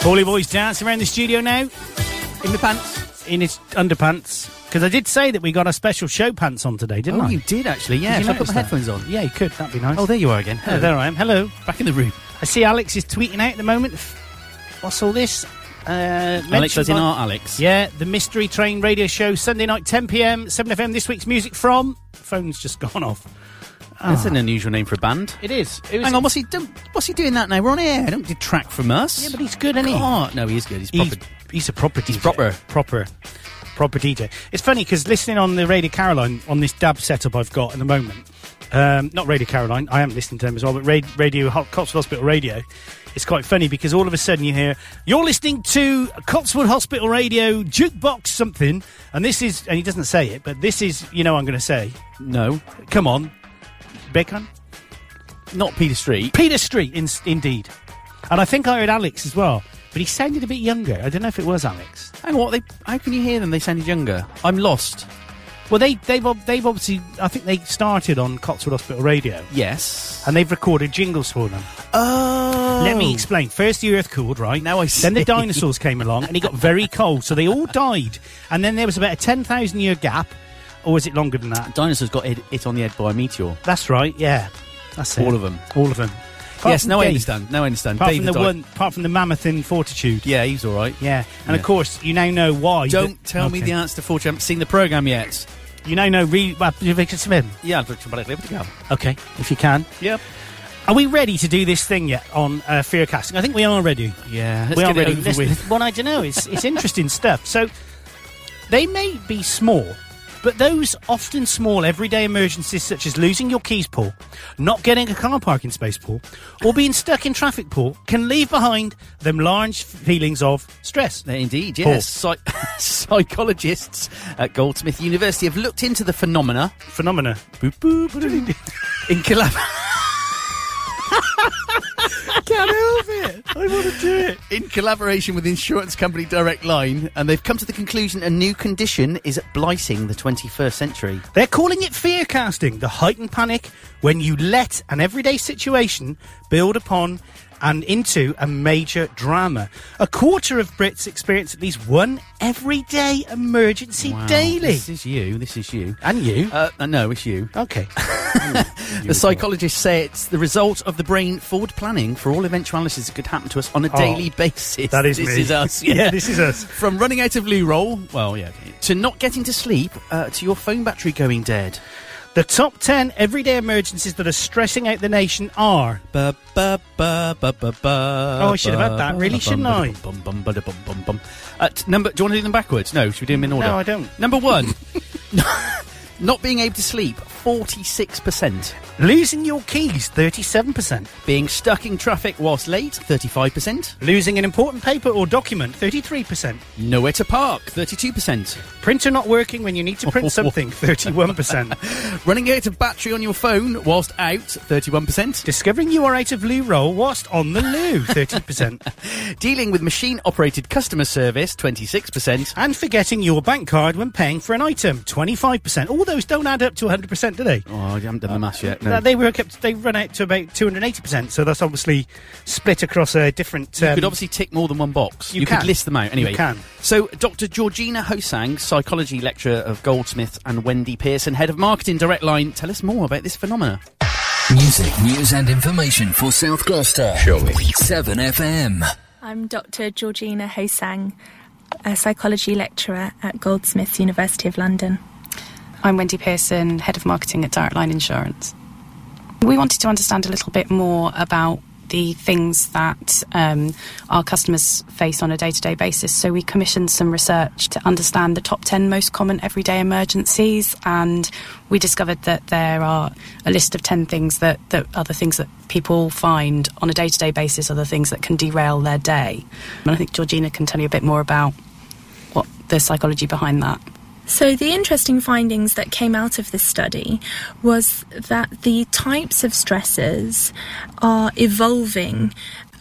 Paulie Boy's dancing around the studio now. In the pants. In his underpants. Because I did say that we got our special show pants on today, didn't
Oh,
I?
you did actually, yeah,
Did you
so I put
notice
my
that?
headphones on.
Yeah, you could. That'd be nice.
Oh, there you are again.
Oh, there I am. Hello.
Back in the room.
I see Alex is tweeting out at the moment. What's all this? Uh,
Alex,
mentioned
as in
by-
our Alex.
Yeah, the Mystery Train radio show, Sunday night, 10 pm, 7fm. This week's music from. Phone's just gone off.
That's
Ah.
an unusual name for a band.
It is. It was
Hang on, what's he, do- what's he doing that now? We're on air. Don't detract from us.
Yeah, but he's good, isn't he?
God, no, he's good. He's proper.
He's a proper DJ. He's proper. Proper. Proper DJ. It's funny because listening on the Radio Caroline on this dab setup I've got at the moment, um, not Radio Caroline, I am listening to them as well, but Ra- Radio Ho- Cotswold Hospital Radio. It's quite funny because all of a sudden you hear, you're listening to Cotswold Hospital Radio jukebox something, and this is, and he doesn't say it, but this is, you know, what I'm going to say.
No.
Come on. Bacon?
Not Peter Street.
Peter Street, in- indeed. And I think I heard Alex as well, but he sounded a bit younger. I don't know if it was Alex.
Hang on, what they? How can you hear them? They sounded younger. I'm lost.
Well, they they've ob- they've obviously I think they started on Cotswold Hospital Radio.
Yes.
And they've recorded jingles for them.
Oh.
Let me explain. First, the Earth cooled, right? Now I see. Then the dinosaurs came along, and it got very cold, so they all died. And then there was about a ten thousand year gap, or was it longer than that?
Dinosaurs got hit, hit on the head by a meteor.
That's right. Yeah, that's it.
All of them.
All of them. Apart
yes.
from
Now I
Dave.
understand. Now I understand.
Apart
Dave
from the
died.
one, apart from the mammoth in Fortitude.
Yeah, he's all right.
Yeah, and
Yeah.
of course you now know why.
Don't
that-
tell me
Okay.
the answer for you. I haven't seen the program yet.
You now know. Re-
uh,
well, if it's him.
Yeah, I'll put somebody able to go.
Okay, if you can.
Yep.
Are we ready to do this thing yet on uh, fear casting? I think we are ready.
Yeah. Let's
we
get
are
it
ready.
over
Let's-
with.
Well, I don't know. It's it's interesting stuff. So they may be small, but those often small everyday emergencies, such as losing your keys, Paul, not getting a car parking space, Paul, or being stuck in traffic, Paul, can leave behind them large feelings of stress.
Indeed,
Paul.
yes. Psych- psychologists at Goldsmith University have looked into the phenomena
Phenomena.
boop, boop, boop, in collab. Can't help it. I want to do it. In collaboration with insurance company Direct Line, and they've come to the conclusion a new condition is blighting the 21st century.
They're calling it fear casting, the heightened panic when you let an everyday situation build upon and into a major drama. A quarter of Brits experience at least one everyday emergency daily.
This is you. This is you.
And you?
Uh, no, it's you.
Okay.
The psychologists say it's the result of the brain forward planning for all eventualities that could happen to us on a
Oh,
daily basis.
that is
this
me.
is us.
Yeah, this is us.
From running out of loo roll, well, yeah, okay, to not getting to sleep, uh, to your phone battery going dead.
The top 10 everyday emergencies that are stressing out the nation are.
Ba, ba, ba, ba, ba, ba,
Oh, I should have had that, really,
bum,
shouldn't
bum,
I?
bum, bum, bum, bum, bum, bum. At number, do you want to do them backwards? No, should we do them in order?
I don't.
Number one, not being able to sleep, forty-six percent.
Losing your keys, 37%.
Being stuck in traffic whilst late, thirty-five percent.
Losing an important paper or document, 33%.
Nowhere to park, 32%.
Printer not working when you need to print something, 31%.
Running out of battery on your phone whilst out, 31%.
Discovering you are out of loo roll whilst on the loo, 30%.
Dealing with machine operated customer service, 26%.
and forgetting your bank card when paying for an item, 25%. All those don't add up to 100%, do they?
Oh, I haven't done the maths yet.
Uh, They work up. They run out to about 280%, so that's obviously split across a different. Um,
you could obviously tick more than one box.
you
could
can.
list them out
You
anyway.
can.
So, Dr. Georgina Hosang, psychology lecturer of Goldsmiths, and Wendy Pearson, head of marketing Direct Line, tell us more about this phenomena.
Music, news, and information for South Gloucester. Show me. 7FM.
I'm Dr. Georgina Hosang, a psychology lecturer at Goldsmiths University of London.
I'm Wendy Pearson, Head of Marketing at Direct Line Insurance. We wanted to understand a little bit more about the things that um, our customers face on a day to day basis. So we commissioned some research to understand the top 10 most common everyday emergencies, and we discovered that there are a list of 10 things that, that are the things that people find on a day to day basis are the things that can derail their day. And I think Georgina can tell you a bit more about what the psychology behind that.
So, the interesting findings that came out of this study was that the types of stresses are evolving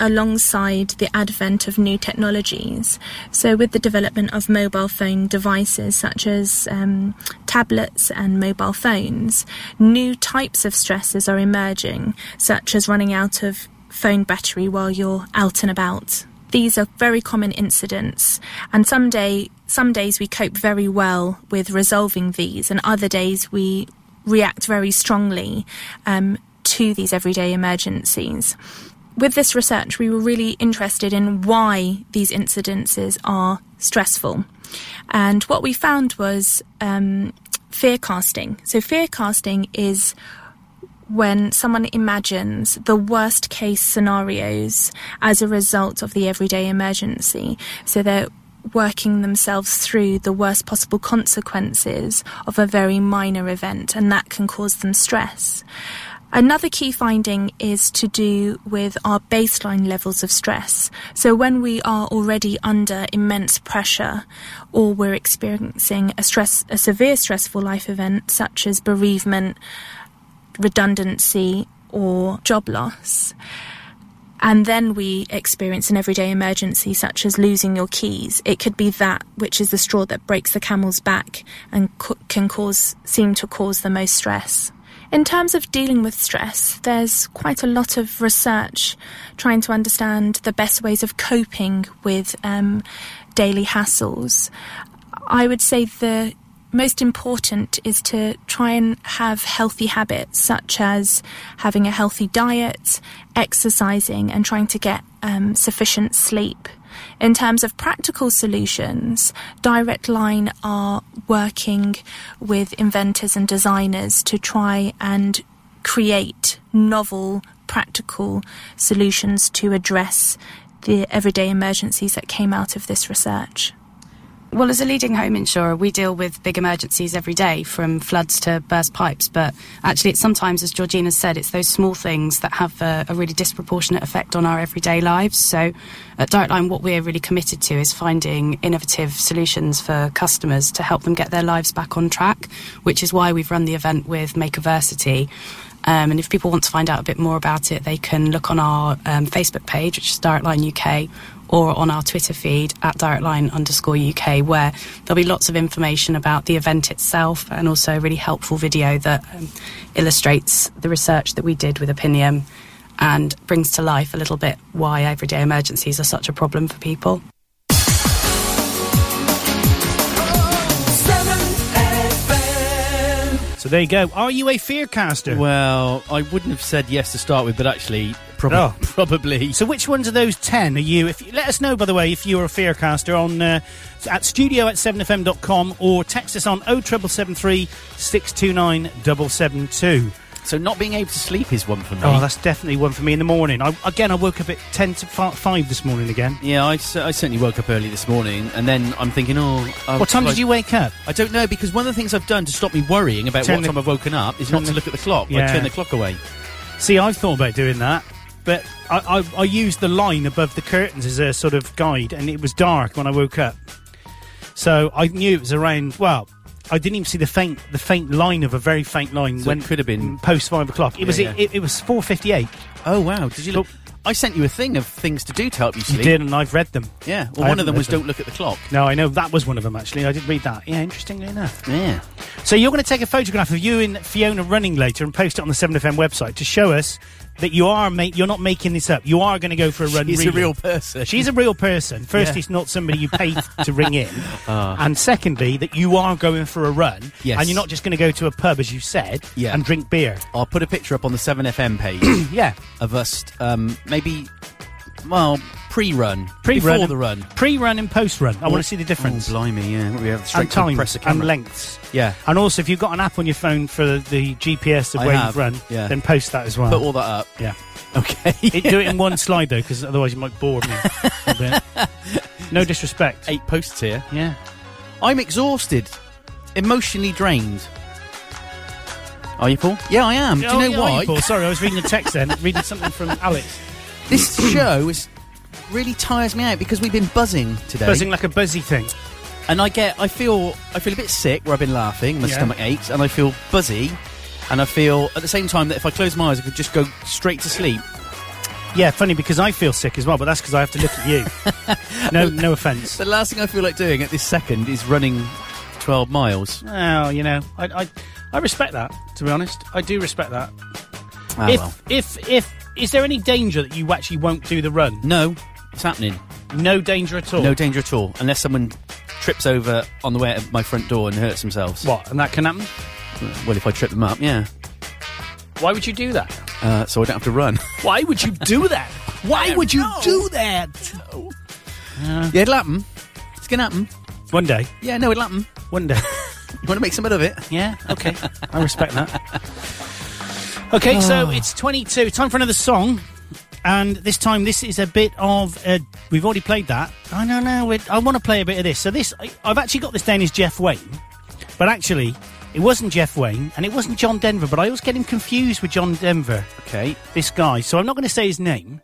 alongside the advent of new technologies. So, with the development of mobile phone devices such as um, tablets and mobile phones, new types of stresses are emerging, such as running out of phone battery while you're out and about. these are very common incidents, and someday, some days we cope very well with resolving these, and other days we react very strongly um, to these everyday emergencies. With this research, we were really interested in why these incidences are stressful. And what we found was um, fear casting. So, fear casting is when someone imagines the worst case scenarios as a result of the everyday emergency. So they're working themselves through the worst possible consequences of a very minor event, and that can cause them stress. Another key finding is to do with our baseline levels of stress. So, when we are already under immense pressure or we're experiencing a, stress, a severe stressful life event, such as bereavement, redundancy or job loss. And then we experience an everyday emergency such as losing your keys. It could be that which is the straw that breaks the camel's back and co- can cause seem to cause the most stress. In terms of dealing with stress, there's quite a lot of research trying to understand the best ways of coping with um, daily hassles. I would say the most important is to try and have healthy habits, such as having a healthy diet, exercising, and trying to get um, sufficient sleep. In terms of practical solutions, Direct Line are working with inventors and designers to try and create novel, practical solutions to address the everyday emergencies that came out of this research.
Well, as a leading home insurer, we deal with big emergencies every day, from floods to burst pipes. But actually, it's sometimes, as Georgina said, it's those small things that have a, a really disproportionate effect on our everyday lives. So at Direct Line, what we're really committed to is finding innovative solutions for customers to help them get their lives back on track, which is why we've run the event with Makeaversity. Um, and if people want to find out a bit more about it, they can look on our um, Facebook page, which is Direct Line UK, or on our Twitter feed at directline underscore UK, where there'll be lots of information about the event itself and also a really helpful video that um, illustrates the research that we did with Opinium and brings to life a little bit why everyday emergencies are such a problem for people.
So there you go. Are you a fear caster?
Well, I wouldn't have said yes to start with, but actually, probably. probably.
So which ones of those ten are you? If you, let us know, by the way, if you are a fear caster on uh, at studio at 7fm.com or text us on 0773 629 772.
So not being able to sleep is one for me.
Oh, that's definitely one for me in the morning. I, again, I woke up at 10 to fi- 5 this morning again.
Yeah, I, cer- I certainly woke up early this morning, and then I'm thinking, oh. I
what time
like-
did you wake up?
I don't know because one of the things I've done to stop me worrying about
Turn
what
the-
time I've woken up is
turn
not
the-
to look at the clock.
Yeah.
I turn the clock away.
See, I've thought about doing that, but I, I, I used the line above the curtains as a sort of guide, and it was dark when I woke up. So I knew it was around, well, I didn't even see the faint the faint line of a very faint line
So
when
it could have been.
post five o'clock. It
Yeah,
was
yeah.
It, it was four fifty eight.
Oh wow! Did you look? I sent you a thing of things to do to help you
You
sleep.
did, and I've read them.
Yeah. Well,
I
one
haven't
of them
read
was don't look at the clock.
No, I know that was one of them actually. I did read that. Yeah, interestingly enough.
Yeah.
So you're going to take a photograph of you and Fiona running later and post it on the 7FM website to show us that you are ma- you're not making this up. You are going to go for a run.
She's a
really.
real person.
She's a real person. Firstly,
Yeah. Uh.
it's not somebody you paid to ring in, and secondly, that you are going for a run.
Yes.
And you're not just going to go to a pub as you said.
Yeah.
And drink beer.
I'll put a picture up on the Seven FM page.
yeah.
Of us, um, maybe. Well, pre-run,
Pre-run
before
and-
the run.
Pre-run and post-run. I want to see the difference.
Oh, blimey, yeah. We have straight
and time
to press the
and
camera.
lengths.
Yeah.
And also, if you've got an app on your phone for the GPS of
I
where
have,
you've run,
yeah.
then post that as well.
Put all that up.
Yeah.
Okay.
It- do it in one slide though, because otherwise you might bore me. a bit. No disrespect.
Eight posts here.
Yeah.
I'm exhausted, emotionally drained. Are you, Paul? Yeah, I am. Do
Oh,
you know
yeah,
why?
are Paul? Sorry, I was reading the text then, reading something from Alex.
This show is really tires me out because we've been buzzing today.
Buzzing like a buzzy thing.
and I get I feel I feel a bit sick where I've been laughing, my
Yeah.
stomach aches, and I feel buzzy, and I feel at the same time that if I close my eyes, I could just go straight to sleep.
Yeah, funny because I feel sick as well, but that's because I have to look at you. no, no offence.
The last thing I feel like doing at this second is running twelve miles.
Well, you know, I, I, I respect that. To be honest, I do respect that.
Ah,
if,
well.
if, if, is there any danger that you actually won't do the run?
No, it's happening.
No danger at all.
No danger at all, unless someone trips over on the way out of my front door and hurts themselves.
What? And that can happen?
Well, if I trip them up, yeah.
Why would you do that?
Uh, so I don't have to run.
Why would you do that? Why would you do that?
yeah, it'll happen. It's gonna happen.
One day.
Yeah, no, it'll happen.
One day.
you want to make something of it?
Yeah. Okay. I respect that. Okay,
Ah.
so it's 22. Time for another song. And this time, this is a bit of. Uh, we've already played that. I don't know. we're- I want to play a bit of this. So, this. I, I've actually got this down as Jeff Wayne. But actually, it wasn't Jeff Wayne and it wasn't John Denver. But I always get him confused with John Denver.
Okay.
This guy. So, I'm not going to say his name.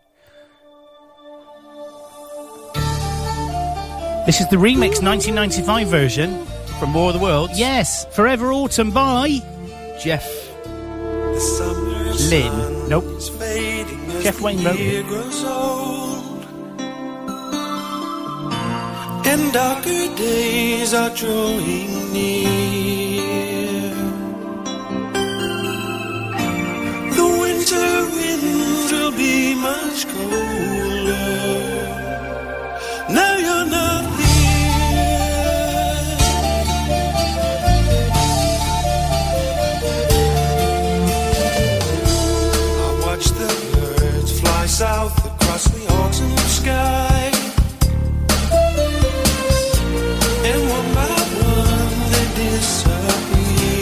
This is the remix 1995 version.
From War of the Worlds?
Yes. Forever Autumn by.
Jeff.
Lynn. Nope. Jeff Wayne wrote it.
grows old and darker days are drawing near. The winter wind will be much colder. Now you're not here. I watch the birds fly south across the autumn sky. And one by one they disappear.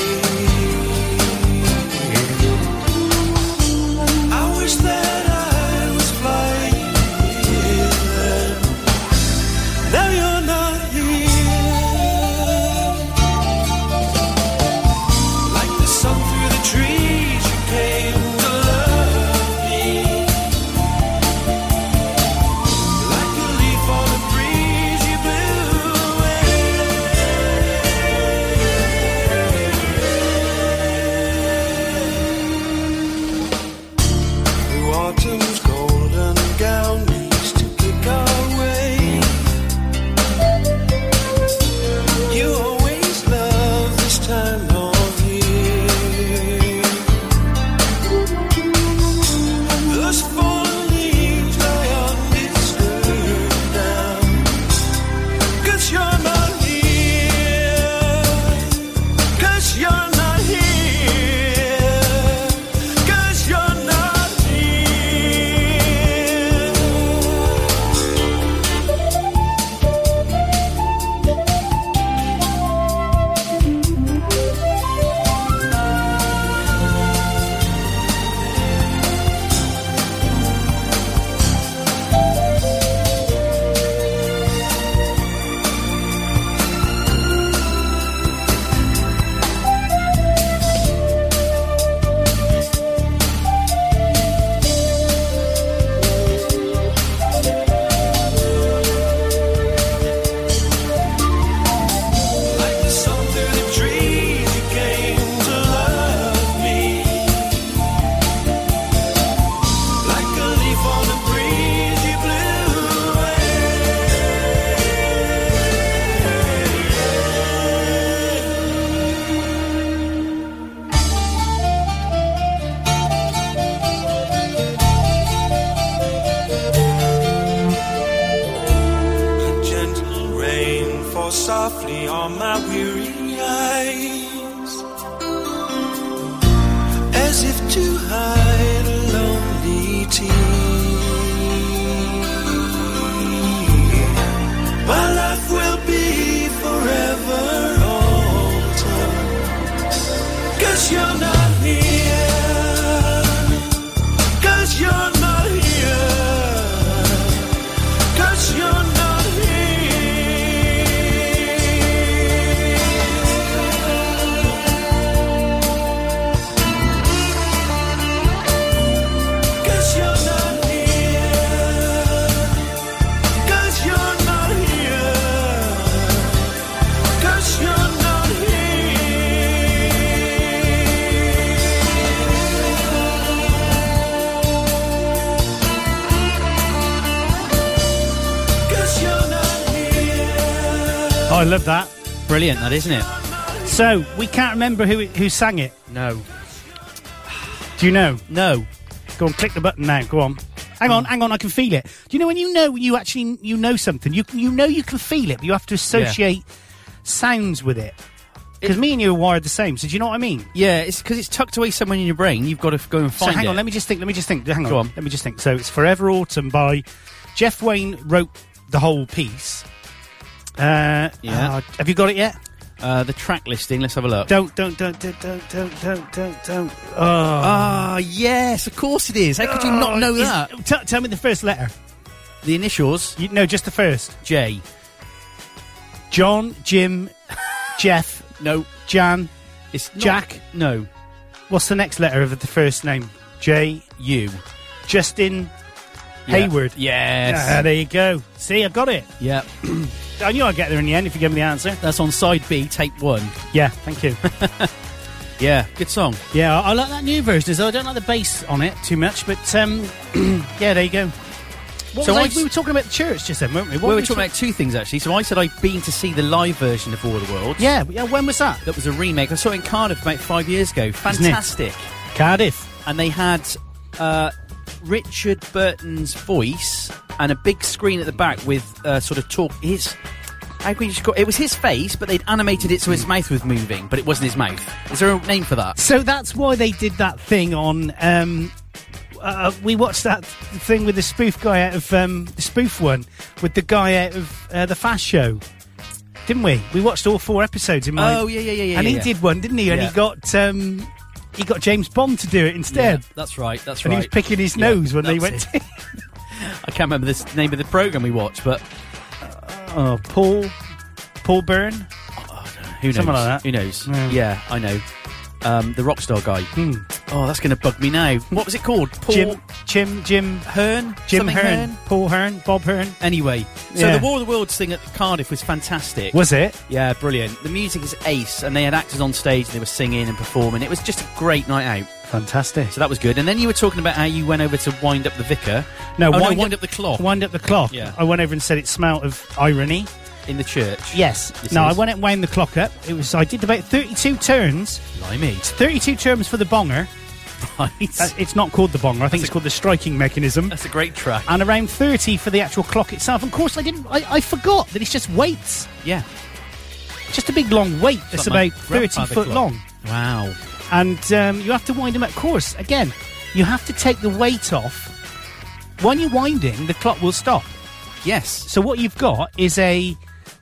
I wish that I was flying with them. Now you're not here. Like the sun through the trees, you came to love me. Like a leaf on the breeze, you blew away. Through autumn's golden gown, we used to kick our way. You always love this time of year. Those fallen leaves lie undisturbed now. 'Cause you're not here. 'Cause you're not here. 'Cause you're not here. Like the sun through the trees, you came to love me. Like a leaf on the breeze, you blew away. A gentle rain falls softly on my weary eyes, as if to hide a lonely tear. My life will be forever altered, cause you're not here, cause you're not here. Cause you're not here. Cause you're not here. Cause you're not here. Cause you're not here. Cause you're not here.
Oh, I love that.
Brilliant, that isn't it?
So we can't remember who who sang it.
No.
Do you know?
No. Hmm.
Go on, click the button now. Go on. Hang on, hang on. I can feel it. Do you know when you know you actually you know something? You you know you can feel it, but you have to associate sounds with it. Because me and you are wired the same. So do you know what I mean?
Yeah, it's because it's tucked away somewhere in your brain. You've got to go and
So
find
hang
it.
on, let me just think. Let me just think. Hang on.
Go on.
Let me just think. So it's Forever Autumn by Jeff Wayne wrote the whole piece. Uh,
Yeah.
uh, have you got it yet?
Uh, the track listing. Let's have a look.
Don't don't don't don't don't don't don't don't. don't. Oh.
Ah, yes, of course it is. How
Ah.
could you not know
is-
that?
T- tell me the first letter.
The initials.
You, no, just the first.
J.
John, Jim, Jeff.
No.
Jan.
It's not-
Jack.
No.
What's the next letter of the first name? J.
U.
Justin
Yeah.
Hayward.
Yes.
Ah, there you go. See, I got it.
Yeah.
I knew I'd get there in the end if you gave me the answer.
That's on side B, tape one.
Yeah, thank you.
yeah, good song.
Yeah, I I like that new version. So I don't like the bass on it too much, but um, yeah, there you go. What
So
was I-
I s-
we were talking about the church just then, weren't we? What
we were
were
talking about two things actually. So I said I'd been to see the live version of War of the Worlds.
Yeah, yeah. When was that?
That was a remake. I saw it in Cardiff about five years ago.
Isn't it?
Fantastic.
Cardiff.
And they had uh, Richard Burton's voice and a big screen at the back with uh, sort of talk. His how can you just call- it was his face, but they'd animated it so his mouth was moving, but it wasn't his mouth. Is there a name for that?
Hmm. So that's why they did that thing on. Um, uh, we watched that thing with the spoof guy out of um, the spoof one with the guy out of uh, the Fast Show, didn't we? We watched all four episodes in my.
Oh, yeah, yeah, yeah, yeah,
And he
yeah.
did one, didn't he? And
Yeah.
he got um, he got James Bond to do it instead.
Yeah, that's right. That's
and
right.
he was picking his
Yeah,
nose when they
that's
went.
it. I can't remember the name of the program we watched, but uh,
Oh, Paul, Paul Byrne.
Who knows?
Something like that.
Who knows?
Yeah.
Yeah, I know. Um, the Rockstar guy. Oh, that's going to bug me now. What was it called? Paul
Jim, Jim, Jim
Hearn?
Jim
Something
Hearn, Paul Hearn, Bob Hearn.
Anyway, so
Yeah.
the War of the Worlds thing at Cardiff was fantastic.
Was it?
Yeah, brilliant. The music is ace, and they had actors on stage and they were singing and performing. It was just a great night out.
Fantastic.
So that was good. And then you were talking about how you went over to wind up the vicar. Oh,
wind,
wind up the clock.
Wind up the clock.
Yeah.
I went over and said it smelled of irony.
in the church.
Yes.
This
no,
is-
I went and wound the clock up. It was I did about thirty-two turns.
Blimey.
It's thirty-two turns for the bonger.
Right.
That's- it's not called the bonger. I think
That's
it's
a-
called the striking mechanism.
That's a great track.
And around thirty for the actual clock itself. Of course, I didn't. I, I forgot that it's just weights.
Yeah.
Just a big long weight.
It's
That's
like my
about thirty
grandfather
foot
clock.
long.
Wow.
and um, you have to wind them. Of course, again, you have to take the weight off. When you're winding, the clock will stop.
Yes.
So what you've got is a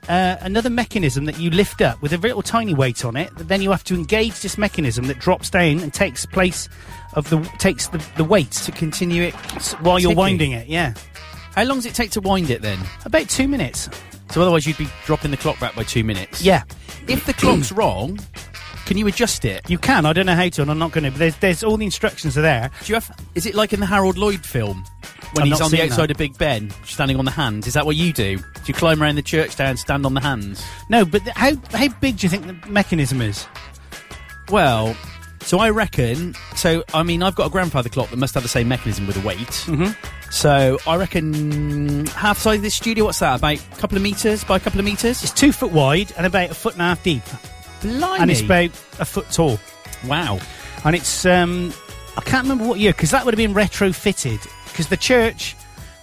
uh, another mechanism that you lift up with a little tiny weight on it. But then you have to engage this mechanism that drops down and takes place of the takes the, the weight to
continue it
while you're
ticking.
winding it. Yeah,
How long does it take to wind it then?
about two minutes.
So otherwise you'd be dropping the clock back by two minutes.
Yeah,
If the clock's wrong, can you adjust it?
you can. I don't know how to, and I'm not going to. But there's, there's all the instructions are there.
Do you have? Is it like in the Harold Lloyd film when
I've
he's
not
on the
seen
outside
that.
of Big Ben, standing on the hands? Is that what you do? Do you climb around the church tower and stand on the hands?
No, but th- how how big do you think the mechanism is?
Well, so I reckon. So I mean, I've got a grandfather clock that must have the same mechanism with a weight. Mm-hmm. So I reckon half size of this studio. What's that? About a couple of meters by a couple of meters.
It's two foot wide and about a foot and a half deep.
Blimey!
and it's about a foot tall.
wow.
And it's um, I can't remember what year because that would have been retrofitted because the church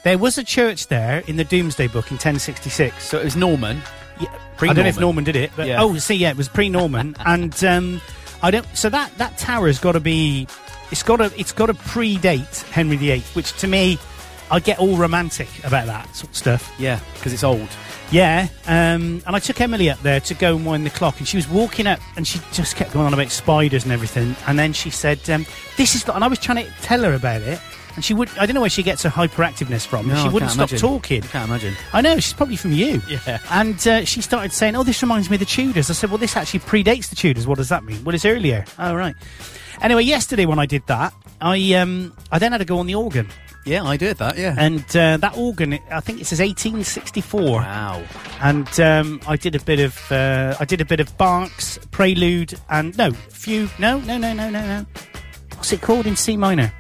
there was a church there in the Doomsday Book in 1066.
So it was Norman.
Yeah, I
Pre-Norman.
don't know if Norman did it, but
Yeah.
oh, see, yeah, it was pre-Norman, and um, I don't. So that that tower has got to be, it's got to it's got to predate Henry VIII, which to me, I get all romantic about that sort of stuff.
Yeah, because it's old.
Yeah, um, and I took Emily up there to go and wind the clock, and she was walking up, and she just kept going on about spiders and everything, and then she said, um, "This is," the, and I was trying to tell her about it, and she would. I don't know where she gets her hyperactiveness from.
No, I
she wouldn't
can't
stop
imagine.
talking.
I can't imagine.
I know she's probably from you.
Yeah.
And uh, she started saying, "Oh, this reminds me of the Tudors." I said, "Well, this actually predates the Tudors. What does that mean?" Well, it's earlier. Oh, right. Anyway, yesterday when I did that, I um, I then had to go on the organ,
Yeah, I did that. Yeah.
and uh, that organ, I think it says 1864
wow.
and um, I did a bit of uh, I did a bit of Barks prelude and no few no no no no no no what's it called in C minor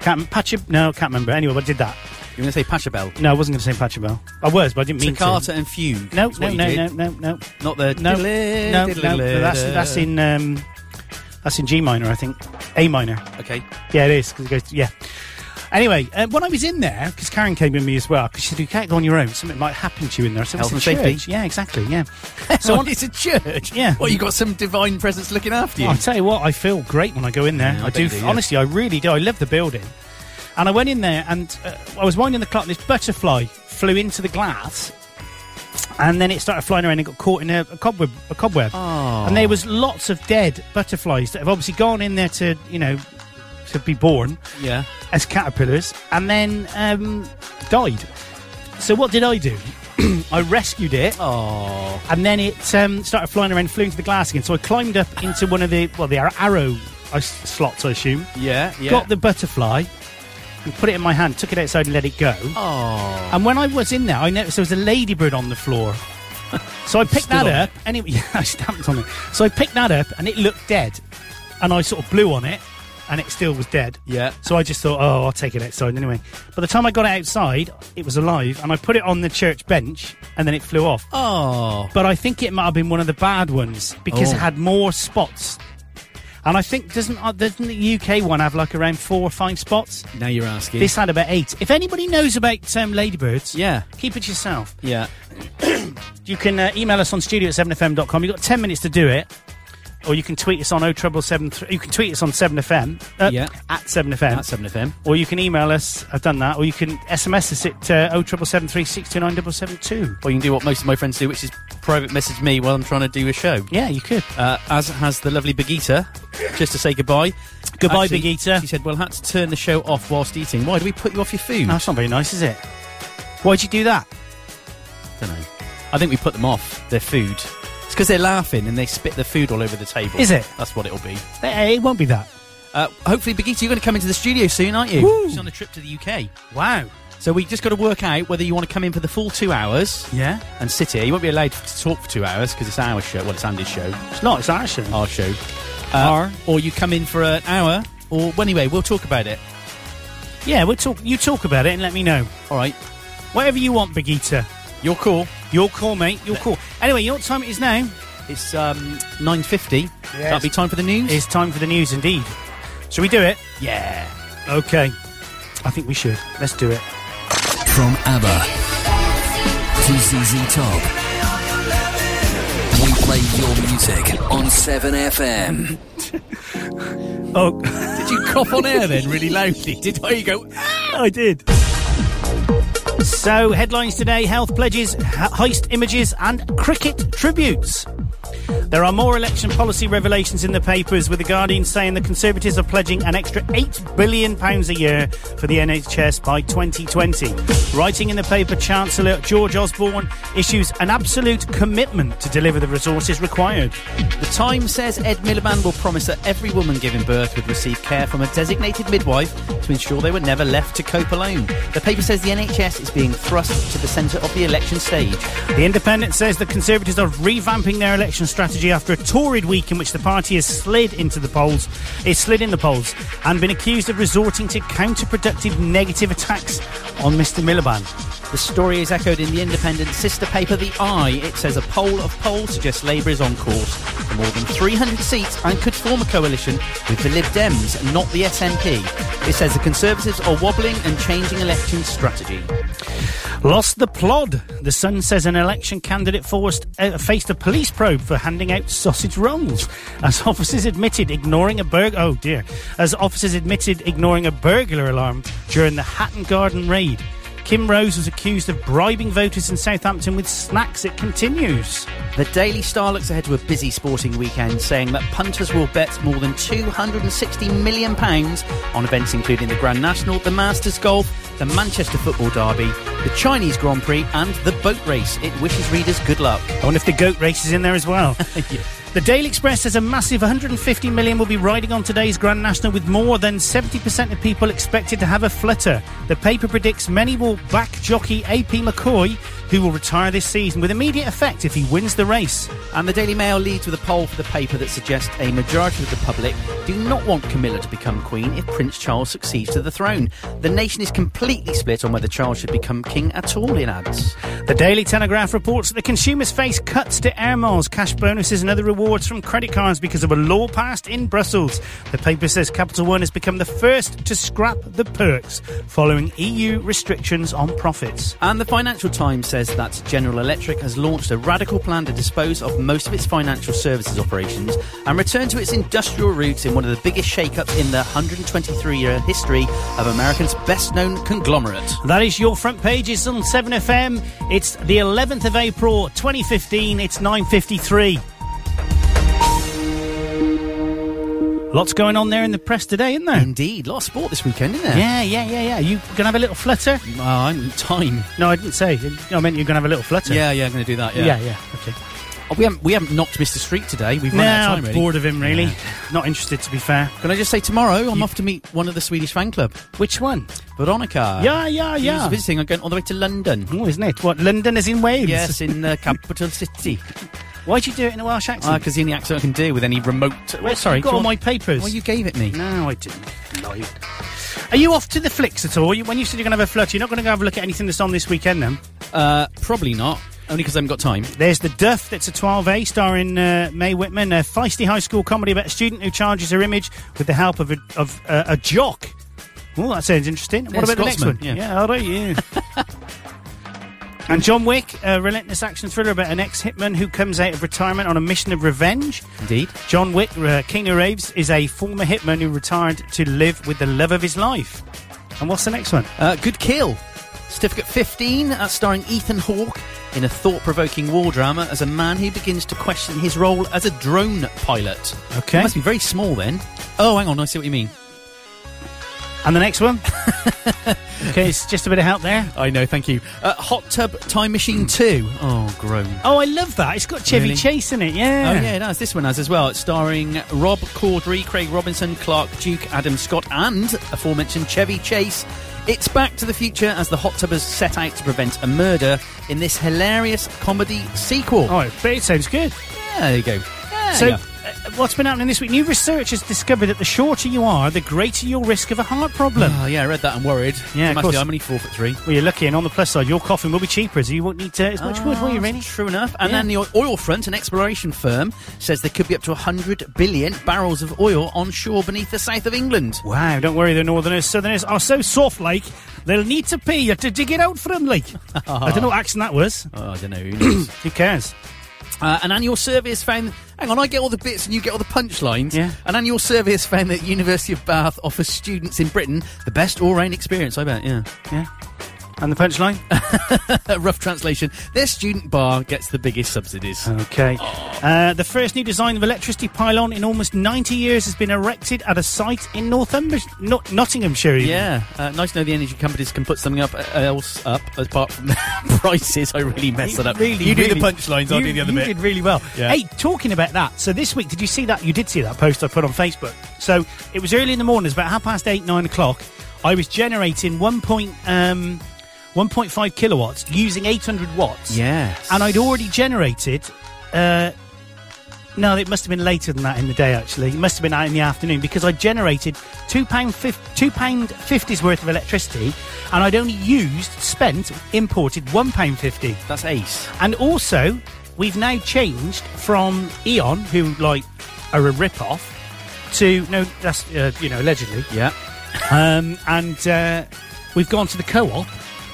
can't Pachab no can't remember anyway but I did that
You want to say Pachelbel?
no I wasn't going to say Pachelbel I was but I didn't mean
Toccata
to
and fugue.
no
is
no
what you
no
did.
no no no
Not the
no no no no, that's that's in um, that's in G minor I think A minor
Okay.
yeah it is because it goes yeah Anyway, uh, when I was in there, because Karen came with me as well, because she said, you can't go on your own. Something might happen to you in there. I said,
Health
"It's a
and safety."
church." Yeah, exactly, yeah.
So it's a church.
Yeah. Oh,
Well, you got some divine presence looking after you.
I'll tell you what, I feel great when I go in there.
Yeah, I
I do,
bet you do, yeah.
honestly, I really do. I love the building. And I went in there and uh, I was winding the clock, and this butterfly flew into the glass. And then it started flying around and got caught in a, a cobweb. A cobweb.
Oh.
And there was lots of dead butterflies that have obviously gone in there to, you know, to be born
yeah.
as caterpillars and then um, died. So what did I do? I rescued it.
Oh.
And then it um, started flying around, flew into the glass again. So I climbed up into one of the well, the ar- arrow I s- slots, I assume.
Yeah. Yeah.
Got the butterfly and put it in my hand. Took it outside and let it go.
Oh.
And when I was in there, I noticed there was a ladybird on the floor. So I picked
Stood
that
on
up, and it, yeah, I stamped on it. So I picked that up, and it looked dead. And I sort of blew on it, and it still was dead.
Yeah.
So I just thought, oh, I'll take it outside anyway. By the time I got it outside, it was alive, and I put it on the church bench, and then it flew off.
Oh.
But I think it might have been one of the bad ones because
Oh.
it had more spots. And I think doesn't uh, doesn't the UK one have like around four or five spots?
Now you're asking.
This had about eight. If anybody knows about um, ladybirds,
Yeah.
keep it to yourself.
Yeah.
You can uh, email us on studio at 7fm.com. You've got 10 minutes to do it. Or you can tweet us on 07773. You can tweet us on 7FM. Uh,
Yeah.
At 7FM.
At 7FM.
Or you can email us. I've done that. Or you can SMS us at uh, 07773 629
Or you can do what most of my friends do, which is private message me while I'm trying to do a show.
Yeah, you could.
Uh, as has the lovely Bigita, just to say goodbye.
Goodbye,
Actually,
Big Eater.
She said, "Well, I had to turn the show off whilst eating. Why do we put you off your food?
No, that's not very nice, is it? Why'd you do that?
don't know. I think we put them off their food. It's because they're laughing and they spit the food all over the table.
Is it?
That's what it'll be.
Eh, It won't be that.
Uh, hopefully, Bigita, you're going to come into the studio soon, aren't you?
Woo!
She's on a trip to the UK.
Wow.
So we just got to work out whether you want to come in for the full two hours
Yeah.
and sit here. You won't be allowed to talk for two hours because it's our show. Well, it's Andy's show,
It's not. It's our show.
our show. Uh, or you come in for an hour. Or well, anyway, we'll talk about it.
Yeah, we'll talk. You talk about it and let me know.
All right.
Whatever you want, Bigita.
Your call.
Your call, mate. Your call. Anyway, you know what time it is now?
It's um, nine fifty. That'll be time for the news.
It's time for the news, indeed. Shall we do it?
yeah.
Okay. I think we should. Let's do it.
From ABBA to ZZ Top. We play your music on 7FM.
Oh,
Did you cough on air then, really loudly? Did I? You go. "Ah!"
I did. So, headlines today health pledges, ha- heist images, and cricket tributes. There are more election policy revelations in the papers, with The Guardian saying the Conservatives are pledging an extra £8 billion a year for the NHS by 2020. Writing in the paper, Chancellor George Osborne issues an absolute commitment to deliver the resources required.
The Times says Ed Miliband will promise that every woman giving birth would receive care from a designated midwife to ensure they were never left to cope alone. The paper says the NHS is being thrust to the centre of the election stage.
The Independent says the Conservatives are revamping their election strategy after a torrid week in which the party has slid into the polls, is slid in the polls, and been accused of resorting to counterproductive negative attacks on Mr. Miliband.
The story is echoed in the independent sister paper, The Eye. It says a poll of polls suggests Labour is on course for more than 300 seats and could form a coalition with the Lib Dems, not the SNP. It says the Conservatives are wobbling and changing election strategy.
Lost the plod. The Sun says an election candidate forced, uh, faced a police probe for handing out sausage rolls, as officers admitted ignoring a burg. Oh dear, as officers admitted ignoring a burglar alarm during the Hatton Garden raid. Kim Rose was accused of bribing voters in Southampton with snacks. It continues.
The Daily Star looks ahead to a busy sporting weekend, saying that punters will bet more than £260 million on events including the Grand National, the Masters Golf, the Manchester Football Derby, the Chinese Grand Prix, and the boat race. It wishes readers good luck.
I wonder if the goat race is in there as well.
Yeah.
The Daily Express says a massive 150 million will be riding on today's Grand National, with more than 70% of people expected to have a flutter. The paper predicts many will back jockey AP McCoy who will retire this season with immediate effect if he wins the race.
And the Daily Mail leads with a poll for the paper that suggests a majority of the public do not want Camilla to become queen if Prince Charles succeeds to the throne. The nation is completely split on whether Charles should become king at all, in ads.
The Daily Telegraph reports that the consumers face cuts to air miles, cash bonuses, and other rewards from credit cards because of a law passed in Brussels. The paper says Capital One has become the first to scrap the perks following EU restrictions on profits.
And the Financial Times says that General Electric has launched a radical plan to dispose of most of its financial services operations and return to its industrial roots in one of the biggest shakeups in the 123 year history of America's best known conglomerate.
That is your front pages on 7FM. It's the 11th of April 2015. It's 9:53. Lots going on there in the press today, isn't there?
Indeed, lot of sport this weekend, isn't there?
Yeah, yeah, yeah, yeah. You gonna have a little flutter?
Oh, I'm time.
No, I didn't say. I meant you're gonna have a little flutter.
Yeah, yeah, I'm going to do that. Yeah,
yeah, yeah. Okay.
Oh, we haven't we haven't knocked Mr. Street today. We've
no,
run out of time.
I'm
Really.
bored of him. Really, not interested to be fair.
Can I just say tomorrow I'm off to meet one of the Swedish fan club.
Which one?
Veronica.
Yeah, yeah, yeah.
She's visiting. I'm going all the way to London.
Oh, isn't it? What London is in Wales.
Yes, in the capital city.
Why'd you do it in a Welsh accent?
Because the only accent I can do with any remote.
Well,
well, sorry,
got
do
all
you
my
want-
papers.
Well, Oh, you gave it me.
No, I didn't. No. Are you off to the flicks at all? You- When you said you're going to have a flutter, you're not going to go have a look at anything that's on this weekend, then?
Uh, probably not. Only because I haven't got time.
There's The Duff, that's a 12A, starring uh, Mae Whitman, a feisty high school comedy about a student who charges her image with the help of a, of, uh, a jock. Well, that sounds interesting.
Yeah,
what about
Scotsman,
the next one?
yeah.
all right, yeah. And John Wick, a relentless action thriller about an ex hitman who comes out of retirement on a mission of revenge.
Indeed.
John Wick, uh, King of Raves, is a former hitman who retired to live with the love of his life. And what's the next one?
Uh, Good Kill. Certificate 15, that's starring Ethan Hawke in a thought provoking war drama as a man who begins to question his role as a drone pilot.
Okay.
He must be very small then. Oh, hang on, I see what you mean.
And the next one? okay, it's just a bit of help there.
I know, thank you. Uh, Hot Tub Time Machine 2. Oh, groan.
Oh, I love that. It's got Chevy
Really?
Chase in it, yeah.
Oh, yeah, it has. This one has as well. It's starring Rob Corddry, Craig Robinson, Clark Duke, Adam Scott, and aforementioned Chevy Chase. It's Back to the Future as the Hot Tubbers set out to prevent a murder in this hilarious comedy sequel.
Oh, but it sounds good.
Yeah, there you go. Yeah,
so,
yeah.
uh, what's been happening this week? New research has discovered that the shorter you are, the greater your risk of a heart problem.
Oh, yeah, I read that. I'm worried.
Yeah,
Must
of
be-
course.
I'm only four foot three.
Well, you're lucky, and on the plus side, your coffin will be cheaper, so you won't need to, as much wood, will you, really?
Ah, True enough. And
Yeah.
then the o- oil front, an exploration firm, says there could be up to 100 billion barrels of oil on shore beneath the south of England.
Wow, don't worry, the northerners, southerners are so soft like, they'll need to pay you to dig it out for them, like. I don't know what accent that was.
Ah. Oh, I don't know. Who knows?
Who cares?
Uh, an annual survey has found. Hang on, I get all the bits and you get all the punchlines.
Yeah.
An annual survey has found that University of Bath offers students in Britain the best all-round experience. I bet. Yeah.
Yeah. And the punchline?
A rough translation: their student bar gets the biggest subsidies. Oh.
Okay. Uh, the first new design of electricity pylon in almost 90 years has been erected at a site in Northumber- not Nottinghamshire. even.
yeah. Uh, nice to know the energy companies can put something up uh, else up apart from prices. I really mess that up.
Really,
you do
really-
the punchlines. I'll
you-
do the other
you
bit.
did really well.
Yeah.
Hey, talking about that. So this week, did you see that? You did see that post I put on Facebook. So it was early in the morning, it was about half past eight, nine o'clock. I was generating one point um, one point five kilowatts using eight hundred watts.
Yes.
and I'd already generated. Uh, no, it must have been later than that in the day. Actually, it must have been out in the afternoon because I generated two pound two pound fifties worth of electricity, and I'd only used, spent, imported one pound fifty.
That's ace.
And also, we've now changed from Eon, who like are a rip off, to no, that's uh, you know allegedly,
Yeah.
um, and uh, we've gone to the co-op.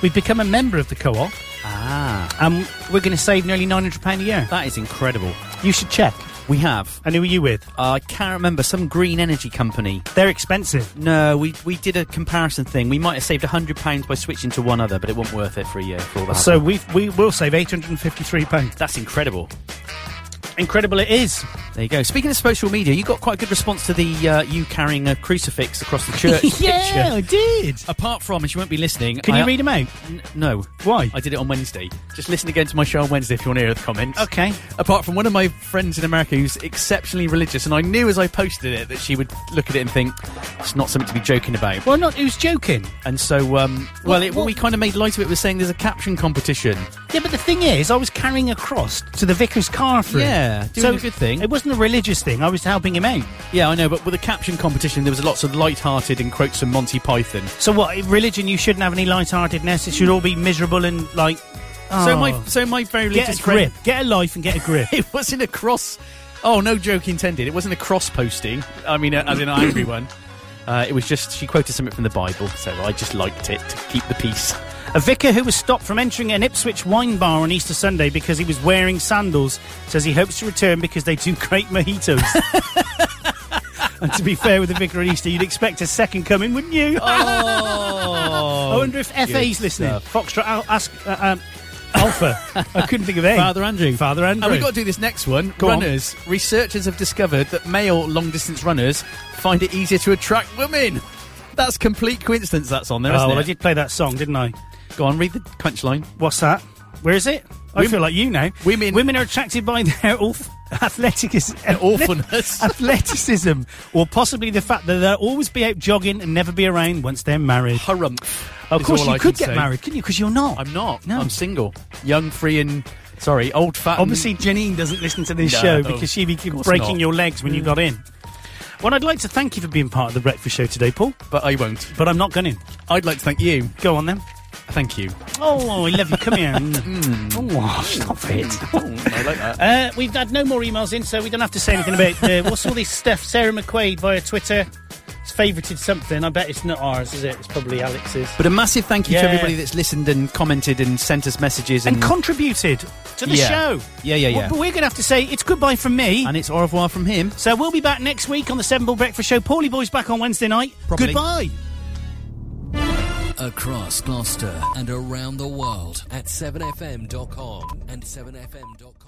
We've become a member of the co-op.
Ah,
Um, we're going to save nearly nine hundred pound a year.
that is incredible.
You should check.
We have.
And who are you with?
Uh, I can't remember some green energy company.
They're expensive.
No, we we did a comparison thing. We might have saved hundred pounds by switching to one other, but it wasn't worth it for a year for all that.
So we we will save eight hundred and fifty three pounds.
that's incredible.
Incredible, it is.
There you go. Speaking of social media, you got quite a good response to the uh, you carrying a crucifix across the church.
yeah,
picture.
I did.
Apart from, and she won't be listening.
Can you read them out?
No. Why? I did it on Wednesday. Just listen again to my show on Wednesday if you want to hear the comments.
Okay.
Apart from one of my friends in America who's exceptionally religious, and I knew as I posted it that she would look at it and think it's not something to be joking about.
Well, not who's joking.
And so, um, well,
What-
it,
what-
we kind of made light of it was saying there's a caption competition.
Yeah, but the thing is, I was carrying a cross to the vicar's car for him.
Yeah, doing
so
a good thing.
It wasn't a religious thing. I was helping him out.
Yeah, I know, but with a caption competition, there was lots of light-hearted and quotes from Monty Python.
So what? in Religion? You shouldn't have any lightheartedness. It should all be miserable and like.
So
oh.
my so my very
Get a
religious
grip.
friend-
Get a life and get a grip.
it wasn't a cross. Oh, no joke intended. It wasn't a cross posting. I mean, uh, as in an angry one. Uh, it was just she quoted something from the Bible, so I just liked it to keep the peace.
A vicar who was stopped from entering an Ipswich wine bar on Easter Sunday because he was wearing sandals says he hopes to return because they do great mojitos. and to be fair with the vicar at Easter, you'd expect a second coming, wouldn't you?
Oh,
I wonder if FA's
good
listening.
stuff.
Foxtrot Al- ask, uh, um, Alpha. I couldn't think of A.
Father Andrew.
Father Andrew.
And we've got to do this next one.
Go on.
runners. Researchers have discovered that male long distance runners find it easier to attract women. That's complete coincidence that's on there,
Oh,
isn't
well,
it?
I did play that song, didn't I?
Go on, read the punchline.
What's that? Where is it? I
Women-
feel like you know. Women women are attracted by their orf- athleticism,
awfulness,
athleticism, or possibly the fact that they'll always be out jogging and never be around once they're married. Of
is
course,
all
you
I
could
can
get
say.
married, couldn't you? Because you're not.
I'm not. I'm single. Young, free, and. Sorry, old fat. and-
Obviously, Janine doesn't listen to this
No,
show
of
because she'd be
course
breaking
not.
your legs when you got in. Well, I'd like to thank you for being part of the breakfast show today, Paul.
But I won't.
But I'm not going to.
I'd like to thank you.
Go on then.
Thank you. Mm.
Oh, I love you. Come here. Oh, stop it.
I like that.
Uh, we've had no more emails in, so we don't have to say anything about uh, what's all this stuff. Sarah McQuaid via Twitter has favourited something. I bet it's not ours, is it? It's probably Alex's.
But a massive thank you
Yeah.
to everybody that's listened and commented and sent us messages
and
and,
contributed to the
Yeah.
show.
Yeah, yeah,
Well,
yeah.
But we're going to have to say it's goodbye from me,
and it's au revoir from him.
so we'll be back next week on the Seven Ball Breakfast Show. Paulie Boy's back on Wednesday night.
Probably.
Goodbye.
Across Gloucester and around the world at 7fm.com and 7fm.com.